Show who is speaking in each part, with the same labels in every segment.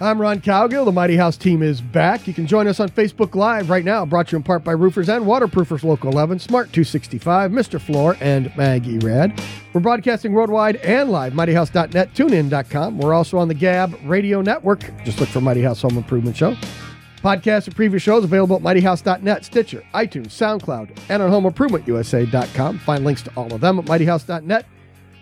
Speaker 1: I'm Ron Cowgill. The Mighty House team is back. You can join us on Facebook Live right now, brought to you in part by Roofers and Waterproofers Local 11, Smart 265, Mr. Floor, and Maggie Rad. We're broadcasting worldwide and live, mightyhouse.net, tunein.com. We're also on the Gab Radio Network. Just look for Mighty House Home Improvement Show. Podcasts and previous shows available at mightyhouse.net, Stitcher, iTunes, SoundCloud, and on homeimprovementusa.com. Find links to all of them at mightyhouse.net.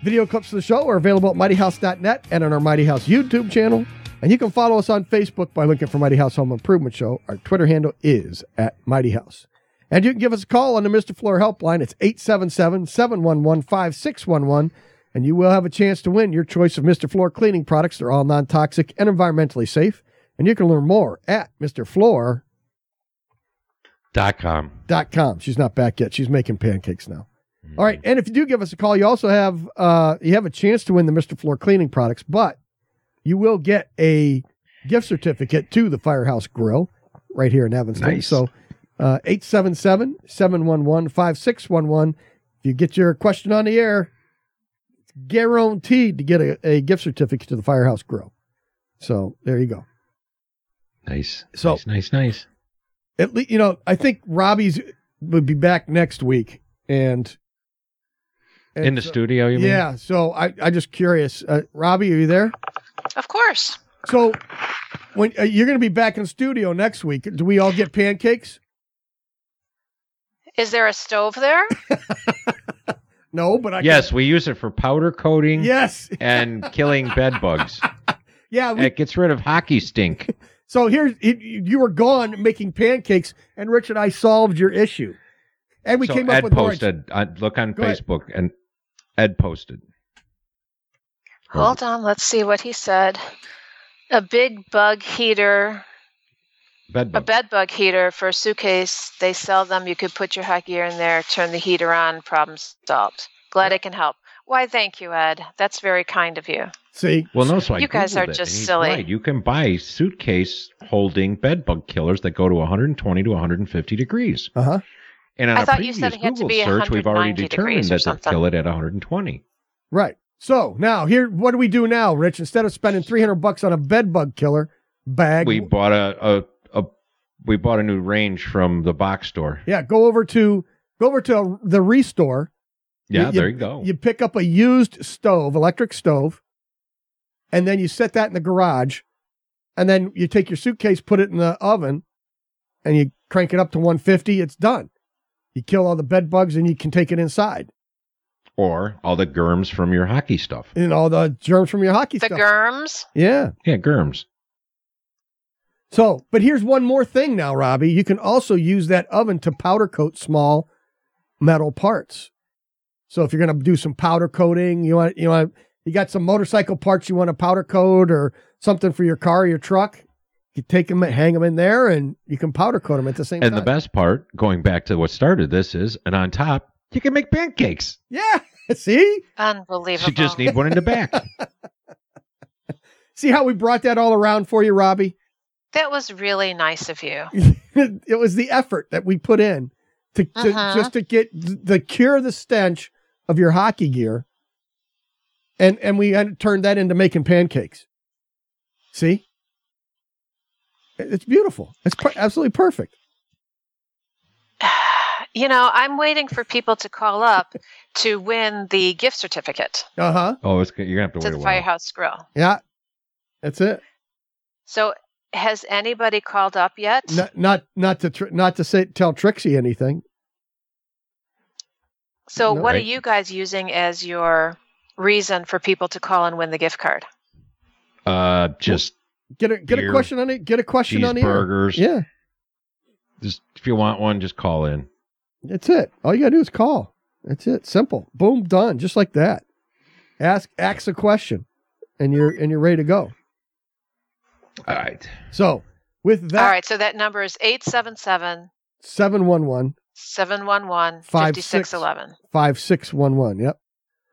Speaker 1: Video clips of the show are available at mightyhouse.net and on our Mighty House YouTube channel. And you can follow us on Facebook by looking for Mighty House Home Improvement Show. Our Twitter handle is at Mighty House. And you can give us a call on the Mr. Floor helpline. It's 877 711 5611. And you will have a chance to win your choice of Mr. Floor cleaning products. They're all non toxic and environmentally safe. And you can learn more at MrFloor.com.
Speaker 2: dot com.
Speaker 1: She's not back yet. She's making pancakes now. All right. And if you do give us a call, you also have uh, you have a chance to win the Mr. Floor cleaning products, but you will get a gift certificate to the Firehouse Grill right here in Evanston.
Speaker 2: Nice.
Speaker 1: So uh, 877 711 5611. If you get your question on the air, it's guaranteed to get a, a gift certificate to the Firehouse Grill. So there you go.
Speaker 2: Nice.
Speaker 1: So-
Speaker 2: nice, nice, nice.
Speaker 1: at least you know i think robbie's would be back next week and,
Speaker 2: In the
Speaker 1: so-
Speaker 2: studio, you mean?
Speaker 1: yeah so i i just curious uh, robbie are you there
Speaker 3: Of course.
Speaker 1: so when uh, you're gonna be back in studio next week do we all get pancakes
Speaker 3: Is there a stove there?
Speaker 1: no but i
Speaker 2: Yes, we use it for powder coating
Speaker 1: yes
Speaker 2: and killing bed bugs.
Speaker 1: yeah we,
Speaker 2: it gets rid of hockey stink.
Speaker 1: so here's it, you were gone making pancakes and rich and i solved your issue and we
Speaker 2: so
Speaker 1: came
Speaker 2: Ed
Speaker 1: up with orange-
Speaker 2: posted. Uh, look on
Speaker 1: Go ahead.
Speaker 2: Facebook and Ed posted.
Speaker 3: Hold on, let's see what he said. A big bug heater,
Speaker 2: Bed
Speaker 3: a
Speaker 2: bugs.
Speaker 3: bed bug heater for a suitcase. They sell them. You could put your hot gear in there, turn the heater on, problem solved. Glad I can help. Why, thank you, Ed. That's very kind of you.
Speaker 1: see
Speaker 2: well, no, so I
Speaker 3: You guys
Speaker 2: Googled
Speaker 3: are
Speaker 2: it, and
Speaker 3: just
Speaker 2: he's
Speaker 3: silly.
Speaker 2: Right. You can buy suitcase holding bed bug killers that go to 120 to 150 degrees.
Speaker 1: uh-huh
Speaker 2: And on
Speaker 3: I
Speaker 2: a
Speaker 3: thought you
Speaker 2: previous
Speaker 3: said it had to
Speaker 2: Google
Speaker 3: be
Speaker 2: search, we've already
Speaker 3: 190
Speaker 2: determined
Speaker 3: degrees or
Speaker 2: that
Speaker 3: something.
Speaker 2: they'll kill it at 120.
Speaker 1: Right. So now here, what do we do now, Rich? Instead of spending three hundred bucks on a bed bug killer bag,
Speaker 2: We bought a, a a we bought a new range from the box store.
Speaker 1: yeah, go over to go over to the restore.
Speaker 2: Yeah, there you go.
Speaker 1: You pick up a used stove, electric stove, and then you set that in the garage, and then you take your suitcase, put it in the oven, and you crank it up to one fifty. It's done. You kill all the bed bugs, and you can take it inside,
Speaker 2: or all the germs from your hockey stuff.
Speaker 1: and all the germs from your hockey
Speaker 3: The
Speaker 1: stuff.
Speaker 3: germs?
Speaker 1: yeah.
Speaker 2: Yeah, germs.
Speaker 1: So, but here's one more thing now, Robbie. You can also use that oven to powder coat small metal parts. So if you're going to do some powder coating, you want you want you got some motorcycle parts you want to powder coat or something for your car, or your truck. You take them, and hang them in there, and you can powder coat them at the same
Speaker 2: And the
Speaker 1: time.
Speaker 2: best part, going back to what started this, is and on top you can make pancakes.
Speaker 1: yeah, see,
Speaker 3: Unbelievable.
Speaker 2: You just need one in the back.
Speaker 1: see how we brought that all around for you, Robbie.
Speaker 3: that was really nice of you.
Speaker 1: it was the effort that we put in to, to
Speaker 3: Uh-huh.
Speaker 1: just to get th- the cure the stench of your hockey gear, and and we had turned that into making pancakes. See, It- it's beautiful. It's per- absolutely perfect.
Speaker 3: You know, I'm waiting for people to call up to win the gift certificate
Speaker 1: Uh huh.
Speaker 2: oh, it's, you're gonna have to
Speaker 3: to
Speaker 2: wait a
Speaker 3: the
Speaker 2: while.
Speaker 3: Firehouse Grill.
Speaker 1: Yeah, that's it.
Speaker 3: So, has anybody called up yet?
Speaker 1: Not not not to tr- not to say tell Trixie anything.
Speaker 3: so,
Speaker 1: no.
Speaker 3: what are
Speaker 2: Right.
Speaker 3: you guys using as your reason for people to call and win the gift card?
Speaker 2: Uh, just
Speaker 1: Get a get a
Speaker 2: Beer.
Speaker 1: question on it. Get a question on the air.
Speaker 2: cheeseburgers.
Speaker 1: Yeah,
Speaker 2: Just if you want one, just call in.
Speaker 1: That's it. All you gotta do is call. That's it. Simple. Boom, done. Just like that. Ask ask a question and you're and you're ready to go.
Speaker 2: All right.
Speaker 1: So With that,
Speaker 3: All right, so that number is 877
Speaker 1: 711
Speaker 3: 711
Speaker 1: Five, six.
Speaker 3: 5611.
Speaker 1: 5611. Yep.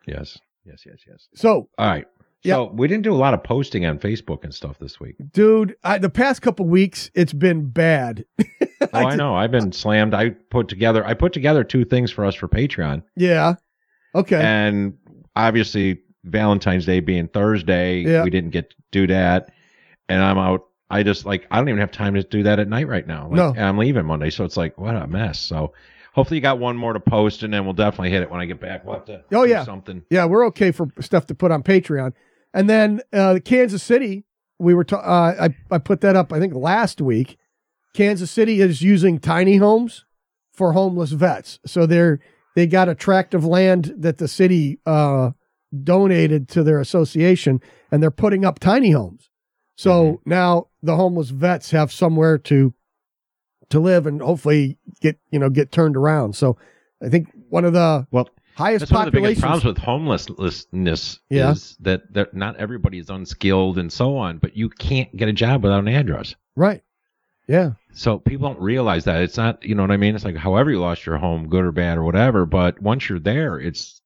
Speaker 2: Yes. Yes. Yes. Yes.
Speaker 1: So,
Speaker 2: All right. So we didn't do a lot of posting on Facebook and stuff this week.
Speaker 1: dude, I, the past couple weeks, it's been bad.
Speaker 2: Oh, I know. I've been slammed. I put together. I put together two things for us for Patreon,
Speaker 1: Yeah. Okay.
Speaker 2: and obviously Valentine's Day being Thursday,
Speaker 1: Yeah.
Speaker 2: we didn't get to do that. And I'm out. I just like I don't even have time to do that at night right now. Like,
Speaker 1: No.
Speaker 2: and I'm leaving Monday, so it's like what a mess. So hopefully you got one more to post, and then we'll definitely hit it when I get back. We'll have to.
Speaker 1: Oh,
Speaker 2: do
Speaker 1: yeah.
Speaker 2: Something.
Speaker 1: yeah, we're okay for stuff to put on Patreon. And then uh, Kansas City, we were ta- uh, I I put that up I think last week. Kansas City is using tiny homes for homeless vets, so they're they got a tract of land that the city uh, donated to their association, and they're putting up tiny homes. So
Speaker 2: Mm-hmm.
Speaker 1: now the homeless vets have somewhere to to live and hopefully get you know get turned around. So I think one of the
Speaker 2: Well,
Speaker 1: highest
Speaker 2: That's one of the biggest
Speaker 1: populations
Speaker 2: problems with homelessness
Speaker 1: Yeah.
Speaker 2: is that they're- not everybody is unskilled and so on, but you can't get a job without an address.
Speaker 1: Right. Yeah.
Speaker 2: So people don't realize that. It's not, you know what I mean? It's like however you lost your home, good or bad or whatever, but once you're there, it's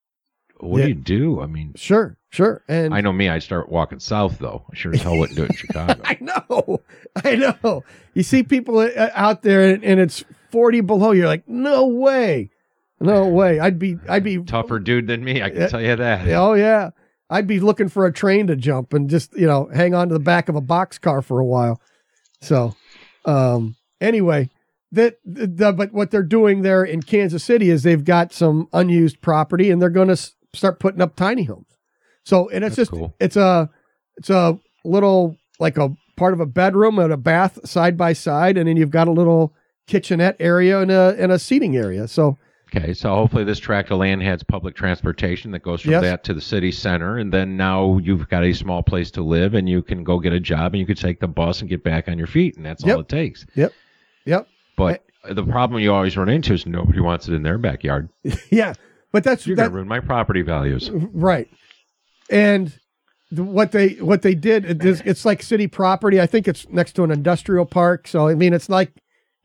Speaker 2: what
Speaker 1: Yeah.
Speaker 2: do you do? I mean,
Speaker 1: Sure. Sure. And
Speaker 2: I know me, I start walking south though. I sure as hell wouldn't do it in Chicago.
Speaker 1: I know. I know. You see people uh, out there, and, and it's forty below. You're like, no way, no way. I'd be. I'd be.
Speaker 2: Tougher dude than me, I can
Speaker 1: Yeah.
Speaker 2: tell you that.
Speaker 1: Oh yeah. I'd be looking for a train to jump and just you know hang on to the back of a box car for a while. So, um, anyway, that the, but what they're doing there in Kansas City is they've got some unused property and they're going to start putting up tiny homes. So and it's
Speaker 2: That's
Speaker 1: just
Speaker 2: cool.
Speaker 1: it's a it's a little like a part of a bedroom and a bath side by side, and then you've got a little kitchenette area and a and a seating area. So
Speaker 2: Okay, so hopefully this tract of land has public transportation that goes from
Speaker 1: Yes.
Speaker 2: that to the city center, and then now you've got a small place to live, and you can go get a job, and you could take the bus and get back on your feet, and that's
Speaker 1: Yep.
Speaker 2: all it takes.
Speaker 1: Yep. Yep.
Speaker 2: But the problem you always run into is nobody wants it in their backyard.
Speaker 1: yeah, but that's
Speaker 2: You're
Speaker 1: that,
Speaker 2: gonna ruin my property values.
Speaker 1: right and the, what they what they did it is, it's like city property i think it's next to an industrial park so i mean it's like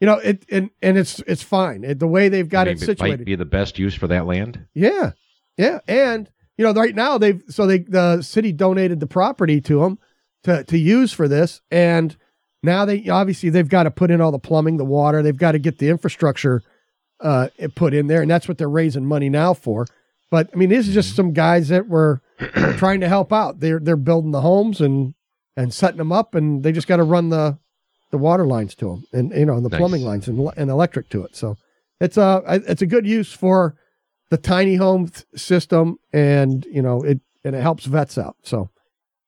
Speaker 1: you know it and and it's it's fine it, the way they've got
Speaker 2: I
Speaker 1: it
Speaker 2: mean,
Speaker 1: situated
Speaker 2: Might be the best use for that land.
Speaker 1: yeah yeah and you know right now they've so they the city donated the property to them to to use for this and now they obviously they've got to put in all the plumbing the water they've got to get the infrastructure uh, it put in there, and that's what they're raising money now for. But I mean, these are just some guys that were trying to help out. They're they're building the homes and and setting them up, and they just got to run the the water lines to them, and you know, and the
Speaker 2: Nice.
Speaker 1: plumbing lines and, le- and electric to it. So it's a I- it's a good use for the tiny home th- system, and you know it and it helps vets out. So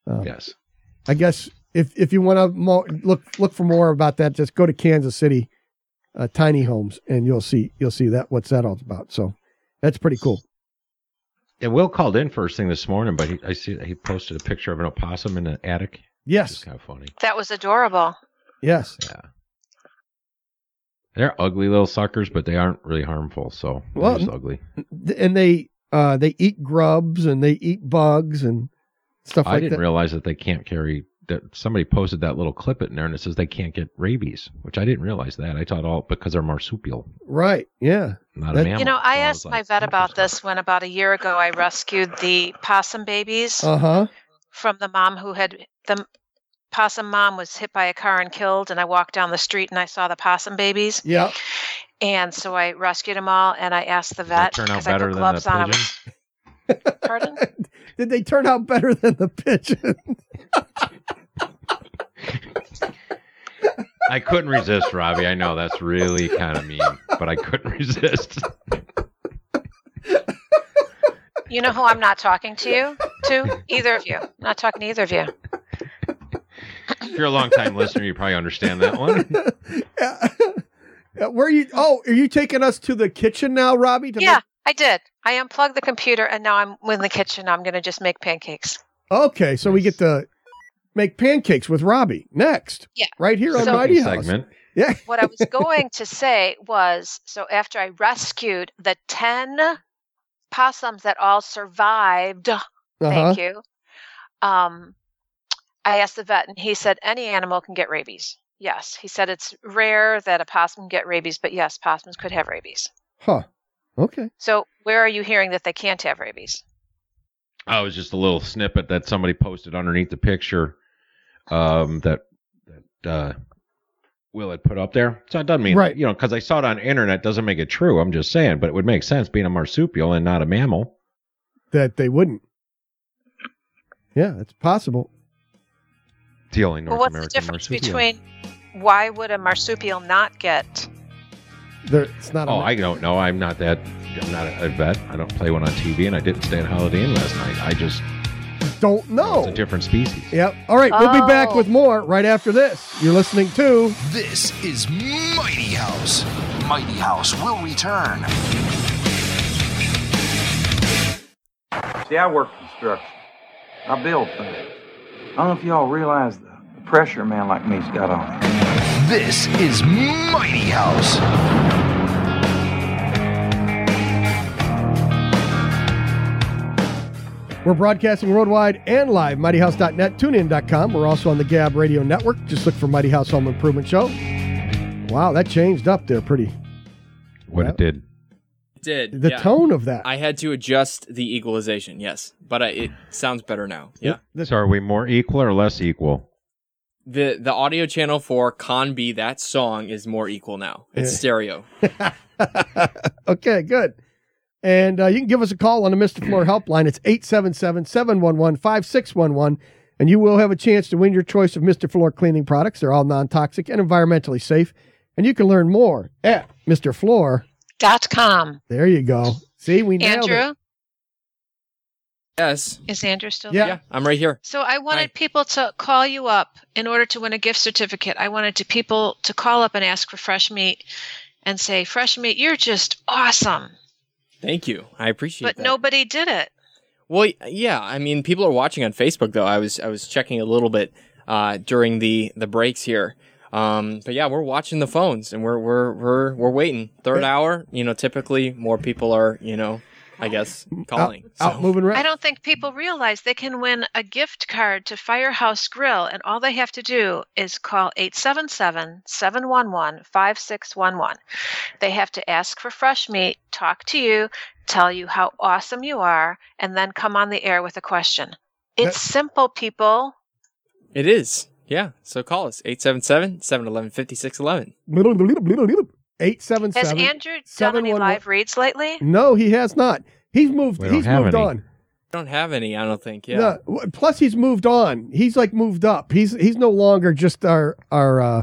Speaker 1: Yeah.
Speaker 2: Yes.
Speaker 1: I guess if if you want to mo- look look for more about that, just go to Kansas City, uh, tiny homes, and you'll see you'll see that what's that all about. So that's pretty cool.
Speaker 2: And Will called in first thing this morning, but he, I see that he posted a picture of an opossum in an attic. It's
Speaker 1: Yes,
Speaker 2: kind of funny.
Speaker 3: That was adorable.
Speaker 1: yes.
Speaker 2: Yeah. They're ugly little suckers, but they aren't really harmful. So they're
Speaker 1: Well,
Speaker 2: just ugly.
Speaker 1: Th- And they uh, they eat grubs and they eat bugs and stuff
Speaker 2: I
Speaker 1: like
Speaker 2: didn't
Speaker 1: that.
Speaker 2: realize that they can't carry that. Somebody posted that little clip in there, and it says they can't get rabies, which I didn't realize that. I thought all because they're marsupial,
Speaker 1: right? Yeah.
Speaker 2: not
Speaker 1: That-
Speaker 2: a
Speaker 1: You
Speaker 2: mammal.
Speaker 3: you know, I
Speaker 2: So was
Speaker 3: asked my
Speaker 2: like,
Speaker 3: vet
Speaker 2: "Oh,
Speaker 3: about
Speaker 2: that's
Speaker 3: this when about a year ago I rescued the possum babies
Speaker 2: Oh.
Speaker 1: Uh huh.
Speaker 3: from the mom who had the possum mom was hit by a car and killed and I walked down the street and I saw the possum babies
Speaker 1: Yeah.
Speaker 3: and so I rescued them all and I asked the
Speaker 2: cool. Did that
Speaker 3: vet
Speaker 2: turn out
Speaker 3: I
Speaker 2: better
Speaker 3: put
Speaker 2: than
Speaker 3: gloves
Speaker 2: the
Speaker 3: on
Speaker 2: pigeon.
Speaker 3: 'em. Pardon?
Speaker 1: Did they turn out better than the pigeon?
Speaker 2: I couldn't resist, Robbie. I know that's really kind of mean, but I couldn't resist.
Speaker 3: You know who I'm not talking to you to? Either of you. Not talking to either of you.
Speaker 2: If you're a long time listener, you probably understand that one.
Speaker 1: Yeah. Yeah, Where you? Oh, are you taking us to the kitchen now, Robbie? To
Speaker 3: Yeah, I did. I unplugged the computer and now I'm in the kitchen. I'm going to just make pancakes.
Speaker 1: make- okay, so we get to make pancakes with Robbie next.
Speaker 3: Yeah.
Speaker 1: Right here on
Speaker 3: So-
Speaker 1: Mighty House.
Speaker 2: segment.
Speaker 3: What I was going to say was so after I rescued the 10 possums that all survived,
Speaker 1: Uh-huh.
Speaker 3: thank you, um, I asked the vet and he said any animal can get rabies. Yes, he said it's rare that a possum get rabies, but yes, possums could have rabies.
Speaker 1: Huh. Okay.
Speaker 3: So where are you hearing that they can't have rabies?
Speaker 2: Oh, it was just a little snippet that somebody posted underneath the picture um, that that uh, Will had put up there. So it doesn't mean,
Speaker 1: Right.
Speaker 2: you know, because I saw it on internet doesn't make it true. I'm just saying, but it would make sense being a marsupial and not a mammal.
Speaker 1: That they wouldn't. Yeah, it's possible.
Speaker 2: It's the only North
Speaker 3: well, what's
Speaker 2: American
Speaker 3: the difference
Speaker 2: marsupial.
Speaker 3: between why would a marsupial not get?
Speaker 1: There, it's not.
Speaker 2: Oh,
Speaker 1: a,
Speaker 2: I don't know. I'm not that. I'm not a, a vet. I don't play one on TV, and I didn't stay at Holiday Inn last night. I just
Speaker 1: don't know.
Speaker 2: it's a different species.
Speaker 1: Yep. All right, we'll be back
Speaker 3: Oh.
Speaker 1: with more right after this. You're listening to
Speaker 4: This is Mighty House. Mighty House will return.
Speaker 5: See, I work construction. I build things. I don't know if y'all realize the the pressure a man like me's got on him.
Speaker 4: This is Mighty House.
Speaker 1: We're broadcasting worldwide and live, mightyhouse.net, tunein.com. We're also on the Gab Radio Network. Just look for Mighty House Home Improvement Show. Wow, that changed up there pretty.
Speaker 2: What
Speaker 1: Yep.
Speaker 2: it did.
Speaker 6: It did.
Speaker 1: The
Speaker 6: yeah.
Speaker 1: tone of that.
Speaker 6: I had to adjust the equalization, yes. But I, it sounds better now. Yeah.
Speaker 2: So are we more equal or less equal?
Speaker 6: The the audio channel for Con B, that song, is more equal now. It's
Speaker 1: Yeah.
Speaker 6: stereo.
Speaker 1: okay, good. And uh, you can give us a call on the Mr. Floor helpline. It's 877 711 5611. And you will have a chance to win your choice of Mr. Floor cleaning products. They're all non toxic and environmentally safe. And you can learn more at Mr. Floor.
Speaker 3: Dot com.
Speaker 1: There you go. See, we nailed it.
Speaker 3: Andrew,
Speaker 6: Yes.
Speaker 3: is Andrew still
Speaker 1: Yeah.
Speaker 3: there?
Speaker 6: Yeah, I'm right here.
Speaker 3: So I wanted
Speaker 6: Hi.
Speaker 3: people to call you up in order to win a gift certificate. I wanted to people to call up and ask for fresh meat and say, "Fresh meat, you're just awesome."
Speaker 6: Thank you. I appreciate
Speaker 3: But
Speaker 6: that.
Speaker 3: nobody did it.
Speaker 6: Well, yeah, I mean, people are watching on Facebook though. I was I was checking a little bit uh, during the the breaks here. Um, but yeah, we're watching the phones and we're we're we're we're waiting. Third hour, you know, typically more people are, you know, I guess
Speaker 1: Uh,
Speaker 6: calling.
Speaker 1: Out, out moving around.
Speaker 3: I don't think people realize they can win a gift card to Firehouse Grill, and all they have to do is call 877 711 5611. They have to ask for fresh meat, talk to you, tell you how awesome you are, and then come on the air with a question. It's simple, people.
Speaker 6: It is. Yeah. So call us 877-711-5611.
Speaker 1: 877.
Speaker 3: Has Andrew done any
Speaker 1: 711
Speaker 3: live reads lately?
Speaker 1: No, he has not. He's moved.
Speaker 2: We don't
Speaker 1: He's
Speaker 2: have
Speaker 1: moved
Speaker 2: any.
Speaker 1: on.
Speaker 6: Don't have any, I don't think. Yeah.
Speaker 1: No, w- plus, he's moved on. He's like moved up. He's he's no longer just our our uh,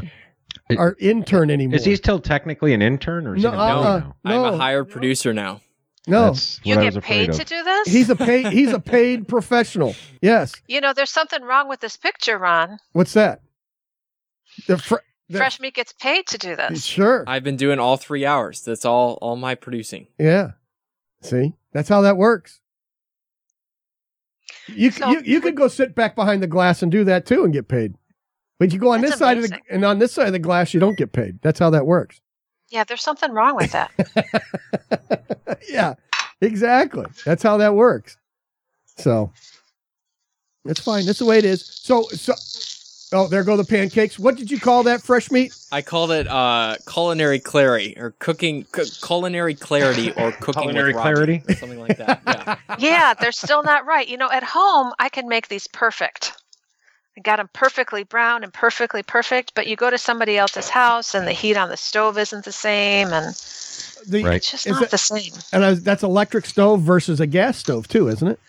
Speaker 2: It-
Speaker 1: our intern anymore.
Speaker 2: Is he still technically an intern or is
Speaker 1: No,
Speaker 2: he an adult
Speaker 1: uh,
Speaker 2: now?
Speaker 6: I'm
Speaker 1: no.
Speaker 6: a hired producer now.
Speaker 1: no,
Speaker 2: That's what
Speaker 3: You
Speaker 2: I was
Speaker 3: get
Speaker 2: afraid
Speaker 3: paid
Speaker 2: of.
Speaker 3: to do this?
Speaker 1: he's a paid he's a paid professional. Yes.
Speaker 3: you know, there's something wrong with this picture, Ron.
Speaker 1: What's that? The fr- the-
Speaker 3: Fresh meat gets paid to do this.
Speaker 1: Sure.
Speaker 6: I've been doing all 3 hours. That's all all my producing.
Speaker 1: yeah. See, that's how that works. You, c
Speaker 3: So-
Speaker 1: you you could go sit back behind the glass and do that too and get paid, but you go on
Speaker 3: That's
Speaker 1: this side of the,
Speaker 3: amazing.
Speaker 1: and on this side of the glass you don't get paid. That's how that works.
Speaker 3: Yeah, there's something wrong with that.
Speaker 1: yeah, exactly. That's how that works. So that's fine. That's the way it is. So, so oh, there go the pancakes. What did you call that fresh meat?
Speaker 6: I called it uh, culinary clarity or cooking cu- culinary clarity or cooking
Speaker 2: Culinary
Speaker 6: with Rocky,
Speaker 2: clarity?
Speaker 6: or something like that. Yeah.
Speaker 3: yeah, they're still not right. You know, at home, I can make these perfect. I got them perfectly brown and perfectly perfect, but you go to somebody else's house and the heat on the stove isn't the same and
Speaker 1: The,
Speaker 2: Right.
Speaker 3: it's just
Speaker 1: Is
Speaker 3: not
Speaker 1: that-
Speaker 3: the same.
Speaker 1: And I was, that's electric stove versus a gas stove too, isn't it?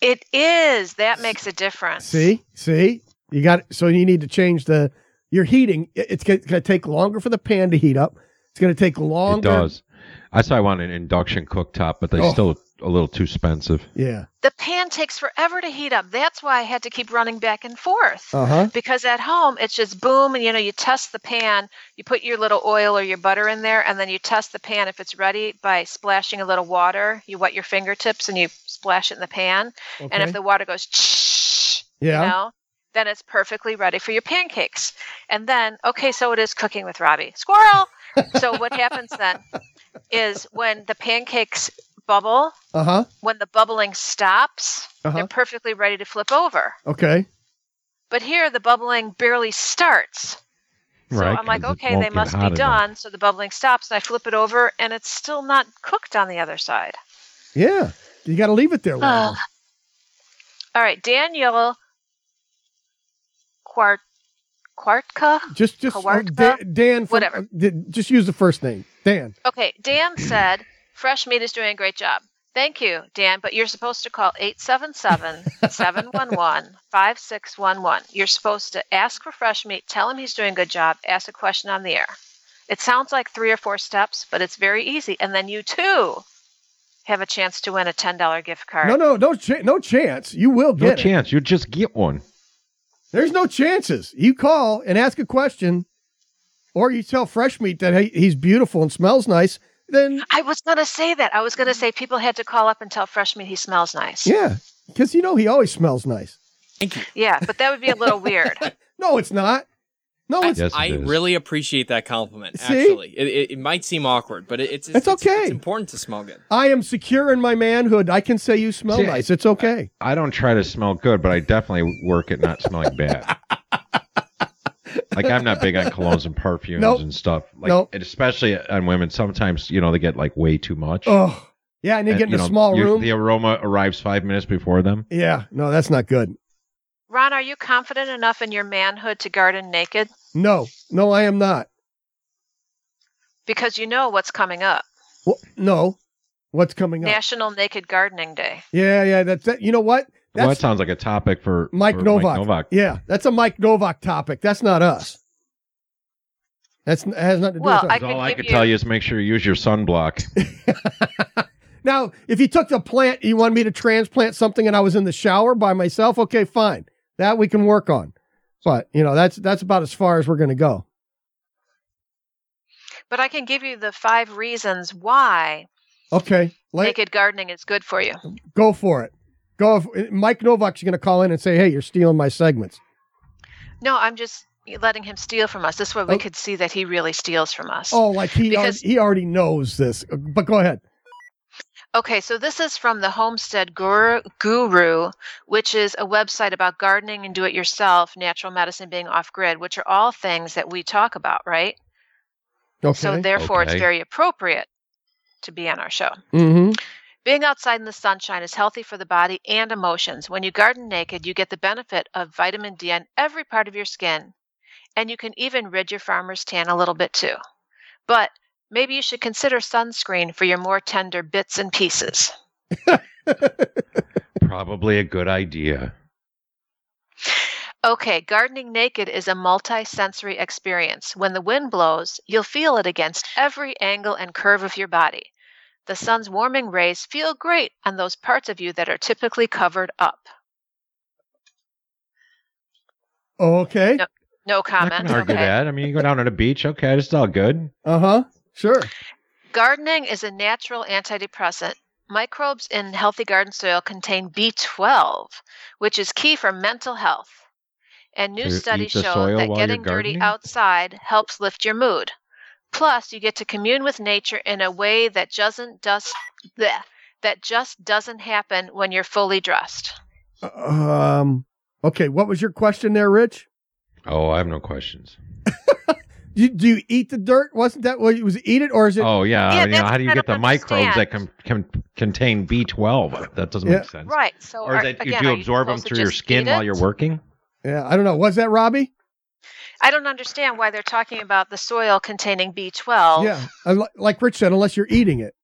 Speaker 3: It is. That makes a difference.
Speaker 1: See, see, you got. So you need to change the your heating. It- It's going to take longer for the pan to heat up. It's going to take
Speaker 2: It
Speaker 1: longer.
Speaker 2: does. I saw I want an induction cooktop, but they're
Speaker 1: Oh.
Speaker 2: still a little too expensive.
Speaker 1: Yeah.
Speaker 3: The pan takes forever to heat up. That's why I had to keep running back and forth.
Speaker 1: Uh huh.
Speaker 3: because at home it's just boom and you know you test the pan you put your little oil or your butter in there and then you test the pan if it's ready by splashing a little water you wet your fingertips and you splash it in the pan
Speaker 1: Okay.
Speaker 3: and if the water goes
Speaker 1: yeah.
Speaker 3: you know then it's perfectly ready for your pancakes and then okay so it is cooking with robbie squirrel so what happens then is when the pancakes bubble
Speaker 1: Uh huh.
Speaker 3: when the bubbling stops
Speaker 1: Uh huh.
Speaker 3: they're perfectly ready to flip over
Speaker 1: Okay.
Speaker 3: But here the bubbling barely starts. So
Speaker 2: Right,
Speaker 3: I'm like,
Speaker 2: 'cause it
Speaker 3: okay,
Speaker 2: won't
Speaker 3: they
Speaker 2: get
Speaker 3: must be
Speaker 2: hot enough.
Speaker 3: done. So the bubbling stops, and I flip it over, and it's still not cooked on the other side.
Speaker 1: Yeah. You got to leave it there longer.
Speaker 3: Ugh. All right, Danielle Quart Quartka.
Speaker 1: just just uh,
Speaker 3: Kawarka?
Speaker 1: Da- Dan. From,
Speaker 3: Whatever.
Speaker 1: uh, d- just use the first name, Dan.
Speaker 3: Okay, Dan said fresh meat is doing a great job. Thank you, Dan, but you're supposed to call 877-711-5611. You're supposed to ask for fresh meat, tell him he's doing a good job, ask a question on the air. It sounds like 3 or 4 steps, but it's very easy and then you too have a chance to win a $10 gift card.
Speaker 1: No, no, no, cha- no chance. You will
Speaker 2: No
Speaker 1: get it.
Speaker 2: chance. You just get one.
Speaker 1: There's no chances. You call and ask a question, or you tell Fresh Meat that hey, he's beautiful and smells nice. Then
Speaker 3: I was going to say that. I was going to say people had to call up and tell fresh meat he smells nice.
Speaker 1: yeah, because you know he always smells nice.
Speaker 3: Yeah, but that would be a little weird.
Speaker 1: No, it's not. No,
Speaker 6: I,
Speaker 1: it's
Speaker 2: Yes, it
Speaker 6: I
Speaker 2: is.
Speaker 6: really appreciate that compliment.
Speaker 1: See?
Speaker 6: Actually, it, it, it might seem awkward, but it, it's,
Speaker 1: It's okay.
Speaker 6: It's important to smell good.
Speaker 1: I am secure in my manhood. I can say you smell
Speaker 2: See,
Speaker 1: nice. It's okay.
Speaker 2: I don't try to smell good, but I definitely work at not smelling bad. like I'm not big on colognes and perfumes
Speaker 1: Nope.
Speaker 2: and stuff. Like
Speaker 1: Nope.
Speaker 2: and especially on women, sometimes you know they get like way too much.
Speaker 1: oh, yeah, and you get in
Speaker 2: Uh, you
Speaker 1: a
Speaker 2: know,
Speaker 1: small
Speaker 2: you-
Speaker 1: room.
Speaker 2: The aroma arrives five minutes before them.
Speaker 1: yeah, no, that's not good.
Speaker 3: Ron, are you confident enough in your manhood to garden naked?
Speaker 1: No, no, I am not.
Speaker 3: Because you know what's coming up.
Speaker 1: Wha no, what's coming up?
Speaker 3: National Naked Gardening Day.
Speaker 1: Yeah, yeah. That's that. You know what? That's
Speaker 2: well, that sounds like a topic for
Speaker 1: Mike
Speaker 2: for
Speaker 1: Novak.
Speaker 2: Novak.
Speaker 1: Yeah, that's a Mike Novak topic. That's not us. That's that has nothing to do
Speaker 3: Well,
Speaker 1: with
Speaker 3: I
Speaker 1: us.
Speaker 2: That's all
Speaker 3: could
Speaker 2: I
Speaker 3: give
Speaker 2: could
Speaker 3: you-
Speaker 2: tell you is make sure you use your sunblock.
Speaker 1: now, if you took the plant, you wanted me to transplant something, and I was in the shower by myself. Okay, fine. That we can work on. But you know, that's that's about as far as we're going to go.
Speaker 3: But I can give you the five reasons why
Speaker 1: Okay, like Um,
Speaker 3: naked gardening is good for you.
Speaker 1: go for it. Go. If, Mike Novak's going to call in and say, "Hey, you're stealing my segments."
Speaker 3: No, I'm just letting him steal from us. This way we
Speaker 1: Oh.
Speaker 3: could see that he really steals from us.
Speaker 1: Oh, like he al-
Speaker 3: Because-
Speaker 1: he already knows this. But go ahead.
Speaker 3: Okay, so this is from the Homestead Guru, Guru, which is a website about gardening and do it yourself, natural medicine being off grid, which are all things that we talk about, right?
Speaker 1: Okay.
Speaker 3: So therefore,
Speaker 2: Okay.
Speaker 3: it's very appropriate to be on our show.
Speaker 1: mm-hmm.
Speaker 3: Being outside in the sunshine is healthy for the body and emotions. When you garden naked, you get the benefit of vitamin D on every part of your skin, and you can even rid your farmer's tan a little bit too. But maybe you should consider sunscreen for your more tender bits and pieces.
Speaker 2: Probably a good idea.
Speaker 3: Okay, gardening naked is a multi sensory experience. When the wind blows, you'll feel it against every angle and curve of your body. The sun's warming rays feel great on those parts of you that are typically covered up.
Speaker 1: Okay.
Speaker 3: No. No
Speaker 2: Not
Speaker 3: comment.
Speaker 2: gonna argue
Speaker 3: okay.
Speaker 2: that. I mean, you go down on a beach. Okay, this is all good.
Speaker 1: Uh huh. Sure.
Speaker 3: Gardening is a natural antidepressant. Microbes in healthy garden soil contain B12, which is key for mental health. And new
Speaker 2: To
Speaker 3: studies
Speaker 2: eat the
Speaker 3: show
Speaker 2: soil
Speaker 3: that
Speaker 2: while you're
Speaker 3: getting dirty
Speaker 2: gardening?
Speaker 3: outside helps lift your mood. Plus, you get to commune with nature in a way that doesn't just bleh, that just doesn't happen when you're fully dressed.
Speaker 1: Um. Okay, what was your question there, Rich?
Speaker 2: Oh, I have no questions.
Speaker 1: You, do you eat the dirt? Wasn't that what you was eat it, or is it?
Speaker 2: Oh yeah,
Speaker 3: Yeah,
Speaker 2: you know,
Speaker 3: that's
Speaker 2: how do you
Speaker 3: what I
Speaker 2: get the
Speaker 3: don't
Speaker 2: microbes that
Speaker 3: understand.
Speaker 2: can, can contain B12? That doesn't
Speaker 1: Yeah.
Speaker 2: make sense.
Speaker 3: Right. So,
Speaker 2: Or
Speaker 3: are-
Speaker 2: that
Speaker 3: again,
Speaker 2: you
Speaker 3: are
Speaker 2: do absorb them
Speaker 3: supposed to
Speaker 2: through your
Speaker 3: just
Speaker 2: skin
Speaker 3: eat
Speaker 2: while
Speaker 3: it?
Speaker 2: you're working?
Speaker 1: Yeah, I don't know. Was that Robbie?
Speaker 3: I don't understand why they're talking about the soil containing
Speaker 2: Oh.
Speaker 3: B12.
Speaker 1: Yeah, I li- like Rich said, unless you're eating it.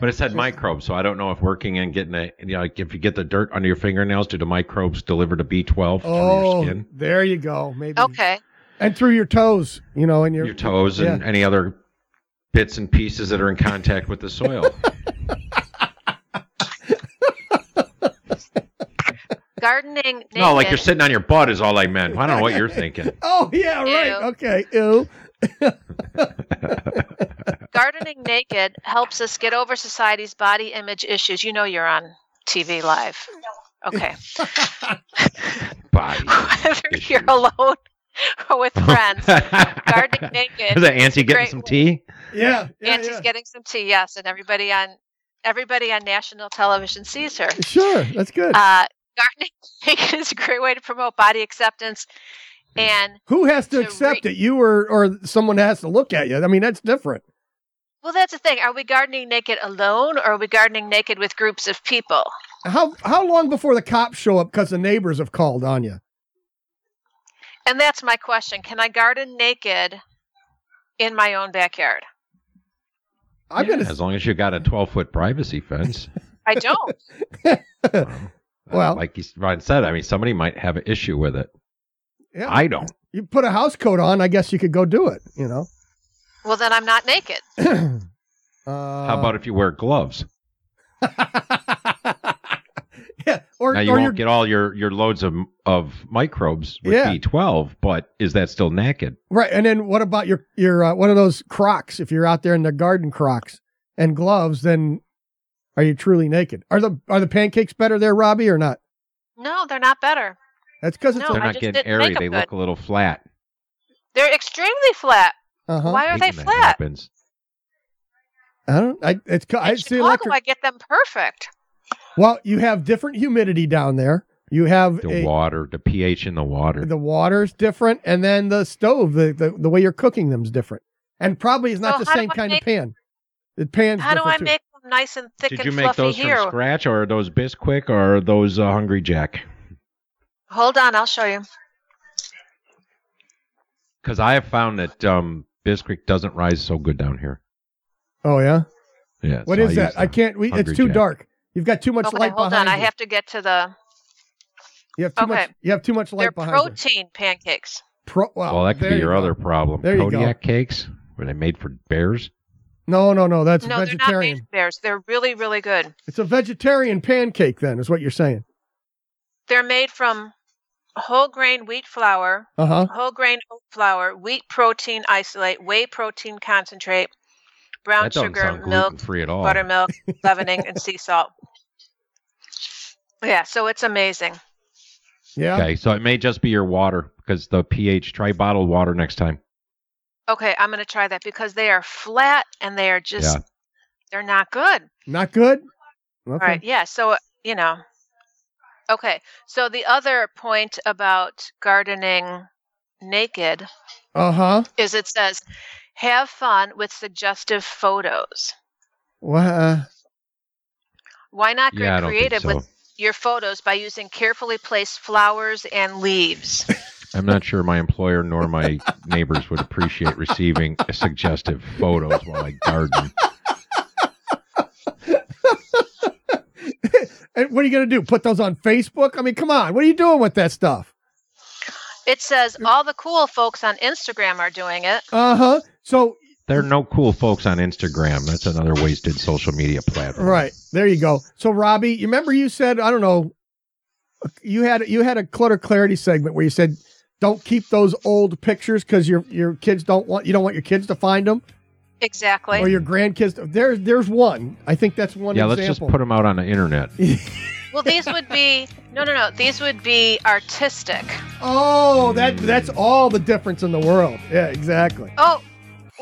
Speaker 2: But it said microbes, so I don't know if working and getting a you know, like if you get the dirt under your fingernails, do the microbes deliver the B12 through your
Speaker 1: Oh,
Speaker 2: skin,
Speaker 1: there you go. Maybe
Speaker 3: Okay.
Speaker 1: and through your toes, you know, and your,
Speaker 2: your, toes, and any other bits and pieces that are in contact with the soil?
Speaker 3: Gardening.
Speaker 2: no, like you're
Speaker 3: naked-
Speaker 2: sitting on your butt is all I meant. I don't know what you're thinking.
Speaker 1: Oh yeah, right.
Speaker 3: Ew.
Speaker 1: Okay, ew.
Speaker 3: gardening naked helps us get over society's body image issues. You know you're on TV live. Okay.
Speaker 2: Body.
Speaker 3: Whether you're
Speaker 2: Issues.
Speaker 3: alone or with friends, gardening naked.
Speaker 2: Is that Auntie getting
Speaker 3: great
Speaker 2: some
Speaker 3: way.
Speaker 2: tea?
Speaker 1: Yeah, yeah,
Speaker 3: Auntie's
Speaker 1: yeah.
Speaker 3: getting some tea, yes, and everybody on everybody on national television sees her.
Speaker 1: sure. That's good.
Speaker 3: Uh, gardening is a great way to promote body acceptance and
Speaker 1: Who has to
Speaker 3: To
Speaker 1: accept
Speaker 3: re-
Speaker 1: it? You or or someone has to look at you. I mean, that's different.
Speaker 3: well that's the thing are we gardening naked alone or are we gardening naked with groups of people
Speaker 1: How how long before the cops show up because the neighbors have called on you?
Speaker 3: and that's my question can i garden naked in my own backyard
Speaker 1: I'm
Speaker 2: Yeah,
Speaker 1: gonna.
Speaker 2: as long as you got a twelve foot privacy fence.
Speaker 3: i don't
Speaker 1: Well-
Speaker 2: Uh, like he's- Ron said, I mean, somebody might have an issue with it.
Speaker 1: yeah,
Speaker 2: I don't.
Speaker 1: you put a house coat on. I guess you could go do it. You know.
Speaker 3: well then i'm not naked
Speaker 1: uh,
Speaker 2: How about if you wear gloves?
Speaker 1: yeah, or,
Speaker 2: now you
Speaker 1: or your
Speaker 2: won't get all your your loads of of microbes with
Speaker 1: Yeah.
Speaker 2: B12, but is that still naked?
Speaker 1: Right, and then what about your your uh, one of those Crocs? If you're out there in the garden Crocs and gloves, then are you truly naked? Are the are the pancakes better there, Robbie, or not?
Speaker 3: no they're not better
Speaker 1: That's because it's
Speaker 3: No,
Speaker 2: They're
Speaker 3: I
Speaker 2: not
Speaker 3: just
Speaker 2: getting
Speaker 3: didn't
Speaker 2: airy.
Speaker 3: make 'em
Speaker 2: They
Speaker 3: good.
Speaker 2: look a little flat.
Speaker 3: they're extremely flat
Speaker 1: a, uh-huh.
Speaker 3: why are
Speaker 2: Hate
Speaker 3: they
Speaker 2: when that
Speaker 3: flat
Speaker 2: happens.
Speaker 1: I don't. I it's co- I
Speaker 3: in
Speaker 1: see
Speaker 3: chicago
Speaker 1: electric.
Speaker 3: i get them perfect
Speaker 1: well, you have different humidity down there. You have
Speaker 2: The
Speaker 1: a-
Speaker 2: water, the pH in the water.
Speaker 1: the water's different, and then the stove, the, the the way you're cooking them's different, and probably it's not
Speaker 3: So
Speaker 1: the
Speaker 3: how do
Speaker 1: same
Speaker 3: I
Speaker 1: kind
Speaker 3: make-
Speaker 1: of pan. The pan's
Speaker 3: how do
Speaker 1: different
Speaker 3: i
Speaker 1: too.
Speaker 3: make them nice and thick
Speaker 2: Did
Speaker 3: and
Speaker 2: you make
Speaker 3: fluffy
Speaker 2: those
Speaker 3: here
Speaker 2: from scratch, or are those Bisquick, or are those uh, Hungry Jack?
Speaker 3: hold on i'll show you
Speaker 2: Because I have found that um, Bisquick doesn't rise so good down here.
Speaker 1: Oh yeah,
Speaker 2: Yeah.
Speaker 1: what
Speaker 2: so
Speaker 1: is
Speaker 2: use
Speaker 1: that? I
Speaker 2: the-
Speaker 1: can't. We, it's
Speaker 2: Hungry
Speaker 1: too
Speaker 2: Jack.
Speaker 1: dark. You've got too much
Speaker 3: okay
Speaker 1: light
Speaker 3: hold on
Speaker 1: behind
Speaker 3: i
Speaker 1: you.
Speaker 3: have to get to the
Speaker 1: you have too
Speaker 3: okay.
Speaker 1: much. You have too much light
Speaker 3: they're
Speaker 1: behind you.
Speaker 3: protein pancakes
Speaker 1: Pro- well,
Speaker 2: Well, that could
Speaker 1: there
Speaker 2: be
Speaker 1: you
Speaker 2: your
Speaker 1: go.
Speaker 2: other problem.
Speaker 1: There you go.
Speaker 2: Kodiak cakes were they made for bears?
Speaker 1: No, no, no. That's
Speaker 3: no, they're not made
Speaker 1: vegetarian.
Speaker 3: for bears. They're really, really good.
Speaker 1: It's a vegetarian pancake, then, is what you're saying.
Speaker 3: They're made from whole grain wheat flour,
Speaker 1: Uh huh.
Speaker 3: whole grain oat flour, wheat protein isolate, whey protein concentrate, brown
Speaker 2: that doesn't
Speaker 3: sugar,
Speaker 2: sound gluten
Speaker 3: milk,
Speaker 2: free at all.
Speaker 3: buttermilk, leavening, and sea salt. Yeah, so it's amazing.
Speaker 1: Yeah.
Speaker 2: Okay, so it may just be your water because the pH. Try bottled water next time.
Speaker 3: Okay, I'm going to try that because they are flat and they are just,
Speaker 2: Yeah.
Speaker 3: they're not good.
Speaker 1: Not good. Okay.
Speaker 3: All right. Yeah. So, you know. Okay. So the other point about gardening naked
Speaker 1: Uh huh.
Speaker 3: is it says have fun with suggestive photos.
Speaker 1: Well, uh,
Speaker 3: Why not get
Speaker 2: Yeah, I don't think
Speaker 3: creative
Speaker 2: so.
Speaker 3: with your photos by using carefully placed flowers and leaves?
Speaker 2: I'm not sure my employer nor my neighbors would appreciate receiving suggestive photos while I garden.
Speaker 1: and what are you gonna do? Put those on Facebook? I mean, come on. What are you doing with that stuff?
Speaker 3: It says all the cool folks on Instagram are doing it.
Speaker 1: Uh huh. So
Speaker 2: There are no cool folks on Instagram. That's another wasted social media platform.
Speaker 1: right there you go. So Robbie, you remember you said I don't know. You had you had a clutter clarity segment where you said don't keep those old pictures because your your kids don't want you don't want your kids to find them
Speaker 3: Exactly.
Speaker 1: or your grandkids. to- There there's one. I think that's one.
Speaker 2: yeah, let's
Speaker 1: example.
Speaker 2: just put them out on the internet.
Speaker 3: well, these would be no, no, no. These would be artistic.
Speaker 1: Oh, that that's all the difference in the world. Yeah, exactly.
Speaker 3: Oh,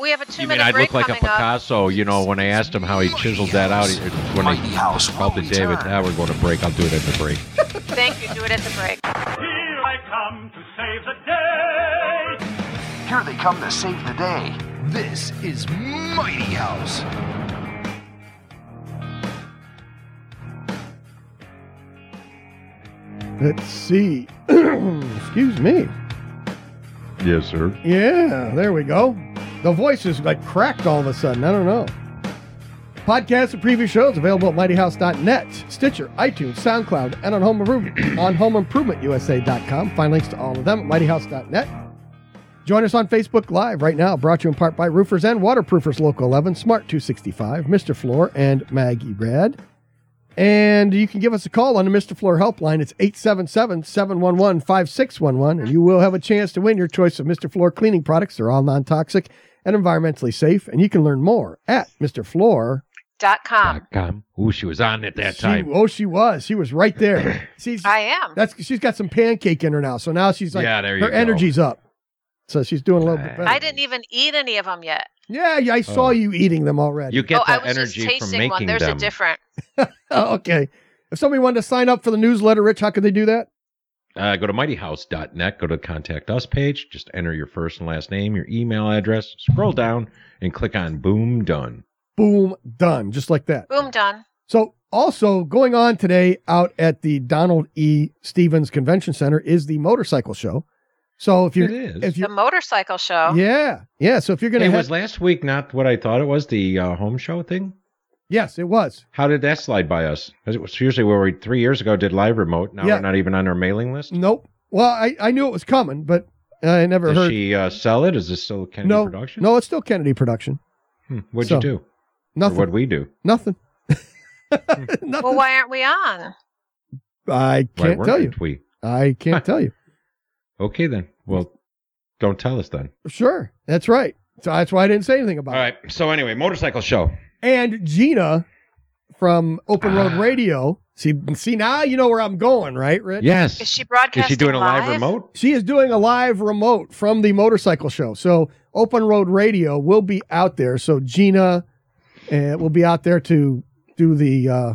Speaker 3: we have a
Speaker 2: You
Speaker 3: two-minute
Speaker 2: mean I'd
Speaker 3: break
Speaker 2: look like a
Speaker 3: coming up.
Speaker 2: Picasso? You know, when I asked him how he chiseled that out, it- when I
Speaker 4: Mighty House
Speaker 2: called to
Speaker 4: will
Speaker 2: David,
Speaker 4: return.
Speaker 2: ah, we're going to break. I'll do it at the break.
Speaker 3: Thank you. Do it at the break.
Speaker 7: Here I come to save the day.
Speaker 4: Here they come to save the day. This is Mighty House.
Speaker 1: Let's see. Excuse me.
Speaker 2: Yes, sir.
Speaker 1: Yeah, there we go. The voice is like cracked all of a sudden. I don't know. Podcasts and previous shows available at mightyhouse.net, Stitcher, iTunes, SoundCloud, and on Home Improvement on homeimprovement.usa.com. Find links to all of them at mightyhouse.net. Join us on Facebook Live right now, brought to you in part by Roofers and Waterproofers Local 11, Smart 265, Mr. Floor, and Maggie Red. And you can give us a call on the Mr. Floor helpline. It's 877 711 5611, and you will have a chance to win your choice of Mr. Floor cleaning products. They're all non toxic and environmentally safe. And you can learn more at Mr. Floor.
Speaker 3: Dot com.
Speaker 2: Ah, Come. Ooh, she was on at that
Speaker 1: She-
Speaker 2: time.
Speaker 1: oh, she was. She was right there. See, she-
Speaker 3: I am.
Speaker 1: that's she's got some pancake in her now. So now she's like,
Speaker 2: Yeah, there you
Speaker 1: her
Speaker 2: go.
Speaker 1: energy's up. So she's doing a little bit
Speaker 2: Nice.
Speaker 1: better.
Speaker 3: I didn't even eat any of them yet.
Speaker 1: Yeah, yeah, I saw
Speaker 2: Oh.
Speaker 1: you eating them already.
Speaker 2: You get
Speaker 3: oh, I
Speaker 2: that
Speaker 3: was just
Speaker 2: energy from
Speaker 3: tasting
Speaker 2: making
Speaker 3: one. There's
Speaker 2: them.
Speaker 3: a different.
Speaker 1: Oh, okay. If somebody wanted to sign up for the newsletter, Rich, how could they do that?
Speaker 2: Uh, go to mightyhouse.net, go to the contact us page, just enter your first and last name, your email address, scroll down, and click on boom done.
Speaker 1: Boom, done, just like that.
Speaker 3: Boom, done.
Speaker 1: So, also going on today out at the Donald E. Stevens Convention Center is the motorcycle show. So if
Speaker 2: It
Speaker 1: you're,
Speaker 2: is.
Speaker 1: if
Speaker 3: The
Speaker 1: you're,
Speaker 3: motorcycle show.
Speaker 1: yeah, yeah. So if you're gonna,
Speaker 2: Hey,
Speaker 1: head-
Speaker 2: was last week not what I thought it was, the uh, home show thing?
Speaker 1: yes, it was.
Speaker 2: How did that slide by us? 'Cause It was usually where we three years ago did live remote. Now
Speaker 1: Yeah.
Speaker 2: we're not even on our mailing list.
Speaker 1: Nope. Well, I, I knew it was coming, but I never
Speaker 2: Does
Speaker 1: heard.
Speaker 2: she uh, sell it? Is this still Kennedy
Speaker 1: no,
Speaker 2: production?
Speaker 1: no, it's still Kennedy production.
Speaker 2: Hmm, What'd
Speaker 1: So,
Speaker 2: you do? Or
Speaker 1: Nothing.
Speaker 2: what'd we Hmm. do?
Speaker 1: Nothing. Nothing.
Speaker 3: Well, why aren't we on?
Speaker 1: I
Speaker 2: Why
Speaker 1: can't tell you.
Speaker 2: weren't we?
Speaker 1: I can't tell you.
Speaker 2: Okay then. Well, don't tell us then.
Speaker 1: Sure, that's right. So that's why I didn't say anything about
Speaker 2: All
Speaker 1: it.
Speaker 2: right. So anyway, motorcycle show.
Speaker 1: And Gina from Open Road
Speaker 2: Ah.
Speaker 1: Radio. See, see now you know where I'm going, right, Rich?
Speaker 2: Yes.
Speaker 3: Is
Speaker 2: Is
Speaker 3: she broadcasting?
Speaker 2: she doing a live,
Speaker 3: live
Speaker 2: remote?
Speaker 1: She is doing a live remote from the motorcycle show. So Open Road Radio will be out there. So Gina uh, will be out there to do the uh,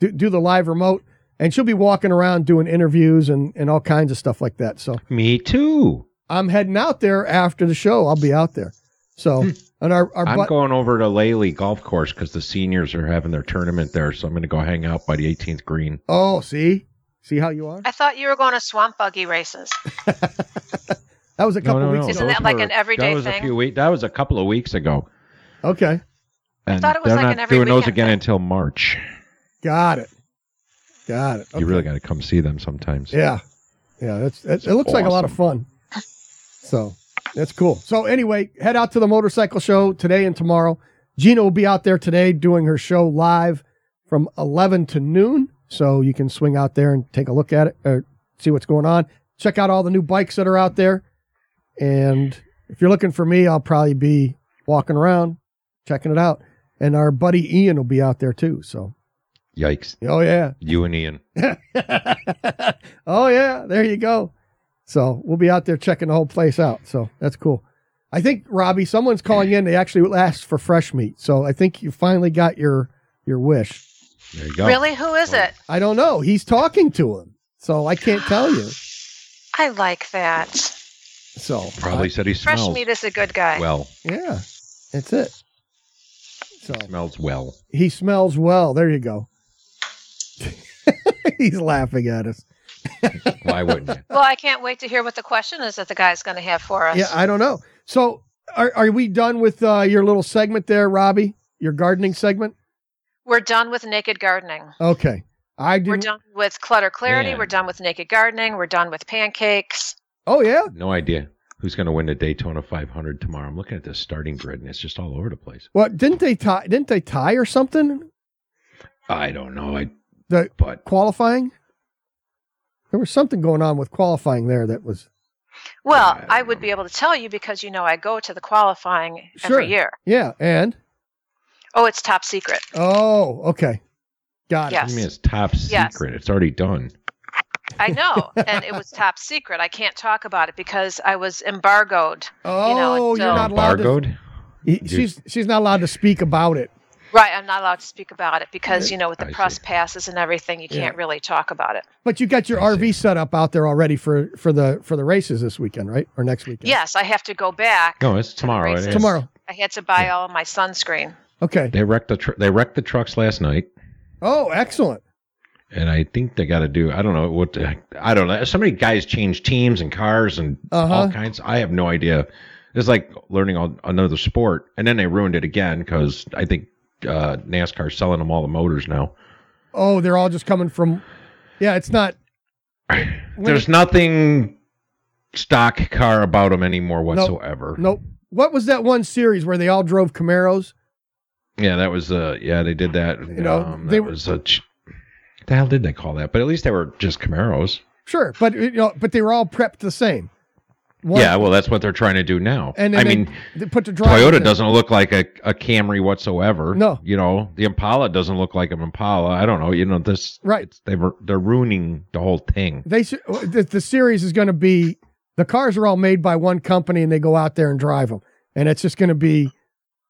Speaker 1: do, do the live remote, and she'll be walking around doing interviews and and all kinds of stuff like that. So
Speaker 2: Me too.
Speaker 1: I'm heading out there after the show. I'll be out there. So and our our
Speaker 2: Hmm. I'm
Speaker 1: butt-
Speaker 2: going over to Laley Golf Course because the seniors are having their tournament there, so I'm going to go hang out by the 18th green.
Speaker 1: oh see see how you are.
Speaker 3: I thought you were going to swamp buggy races.
Speaker 1: That was a couple
Speaker 2: no, no,
Speaker 1: weeks ago.
Speaker 2: no.
Speaker 3: Isn't that
Speaker 2: Those
Speaker 3: like
Speaker 2: were-
Speaker 3: an everyday
Speaker 2: that was A
Speaker 3: thing?
Speaker 2: few week, that was a couple of weeks ago.
Speaker 1: Okay,
Speaker 2: And
Speaker 3: thought it was
Speaker 2: they're
Speaker 3: like
Speaker 2: not
Speaker 3: an every
Speaker 2: doing those
Speaker 3: weekend
Speaker 2: again
Speaker 3: thing.
Speaker 2: until March.
Speaker 1: got it, got it. Okay.
Speaker 2: You really got to come see them sometimes.
Speaker 1: Yeah, yeah. That's that, it. Looks like a lot of fun. So that's cool. So anyway, head out to the motorcycle show today and tomorrow. Gina will be out there today doing her show live from eleven to noon. So you can swing out there and take a look at it or see what's going on. Check out all the new bikes that are out there. And if you're looking for me, I'll probably be walking around checking it out. And our buddy Ian will be out there too. So
Speaker 2: Yikes.
Speaker 1: oh yeah,
Speaker 2: You and Ian.
Speaker 1: oh yeah, there you go. So we'll be out there checking the whole place out. So that's cool. I think Robbie, someone's calling in. They actually asked for fresh meat. So I think you finally got your your wish.
Speaker 2: There you go.
Speaker 3: Really? Who is it?
Speaker 1: I don't know. He's talking to him, so I can't tell you.
Speaker 3: I like that.
Speaker 1: So
Speaker 2: Probably said he
Speaker 3: Fresh
Speaker 2: smells
Speaker 3: meat is a good guy.
Speaker 2: well.
Speaker 1: I- yeah, that's it. So
Speaker 2: Smells well.
Speaker 1: he smells well. There you go. He's laughing at us.
Speaker 2: Why wouldn't you?
Speaker 3: well, I can't wait to hear what the question is that the guy's going to have for us.
Speaker 1: Yeah, I don't know. So are are we done with uh, your little segment there, Robbie? Your gardening segment?
Speaker 3: We're done with naked gardening.
Speaker 1: Okay. I
Speaker 3: We're
Speaker 1: do.
Speaker 3: done with clutter clarity.
Speaker 2: Man.
Speaker 3: We're done with naked gardening. We're done with pancakes.
Speaker 1: Oh yeah.
Speaker 2: No idea who's going to win the Daytona 500 tomorrow. I'm looking at the starting grid and it's just all over the place.
Speaker 1: Well, didn't they tie? Didn't they tie or something?
Speaker 2: I don't know. I
Speaker 1: The
Speaker 2: but
Speaker 1: qualifying. There was something going on with qualifying there that was.
Speaker 3: Well,
Speaker 2: Yeah, I
Speaker 3: I,
Speaker 2: don't
Speaker 3: would be able to tell you because you know I go to the qualifying
Speaker 1: Sure.
Speaker 3: every year.
Speaker 1: Yeah, and
Speaker 3: Oh, it's top secret.
Speaker 1: oh, okay, got it.
Speaker 3: Yeah.
Speaker 2: I mean it's top
Speaker 3: Yes.
Speaker 2: secret. It's already done.
Speaker 3: I know. and it was top secret. I can't talk about it because I was embargoed.
Speaker 1: Oh,
Speaker 3: it's,
Speaker 1: you are
Speaker 3: uh,
Speaker 1: not allowed. To,
Speaker 2: Embargoed?
Speaker 1: he- she's she's not allowed to speak about it.
Speaker 3: Right. I'm not allowed to speak about it because, you know, with the
Speaker 2: I
Speaker 3: press
Speaker 2: see.
Speaker 3: passes and everything, you
Speaker 1: Yeah.
Speaker 3: can't really talk about it.
Speaker 1: But you got your
Speaker 2: I see.
Speaker 1: RV set up out there already for for the for the races this weekend, right? Or next weekend?
Speaker 3: Yes, I have to go back.
Speaker 2: No, it's tomorrow. It is.
Speaker 3: Races.
Speaker 1: Tomorrow.
Speaker 3: I had to buy all my sunscreen.
Speaker 1: Okay.
Speaker 2: They wrecked the tr- they wrecked the trucks last night,
Speaker 1: Oh, excellent.
Speaker 2: and I think they got to do. I don't know what. The, I don't know. So many guys change teams and cars and all
Speaker 1: Uh-huh.
Speaker 2: kinds. I have no idea. It's like learning all, another sport, and then they ruined it again because I think uh, NASCAR's selling them all the motors now.
Speaker 1: Oh, they're all just coming from. Yeah, it's not.
Speaker 2: There's nothing stock car about them anymore whatsoever.
Speaker 1: Nope. What was that one series where they all drove Camaros?
Speaker 2: Yeah, that was uh yeah, they did that. You
Speaker 1: know,
Speaker 2: um,
Speaker 1: they
Speaker 2: that
Speaker 1: were-
Speaker 2: was a ch- the hell did they call that? But at least they were just Camaros.
Speaker 1: Sure, but you know, but they were all prepped the same. One-
Speaker 2: Yeah, well, that's what they're trying to do now.
Speaker 1: and then
Speaker 2: I
Speaker 1: they,
Speaker 2: mean,
Speaker 1: they put the driver
Speaker 2: Toyota
Speaker 1: in.
Speaker 2: doesn't look like a, a Camry whatsoever.
Speaker 1: No.
Speaker 2: you know, the Impala doesn't look like an Impala. I don't know. You know, this
Speaker 1: Right.
Speaker 2: It's, they were they're ruining the whole thing.
Speaker 1: They should, the, the series is going to be the cars are all made by one company, and they go out there and drive them, and it's just going to be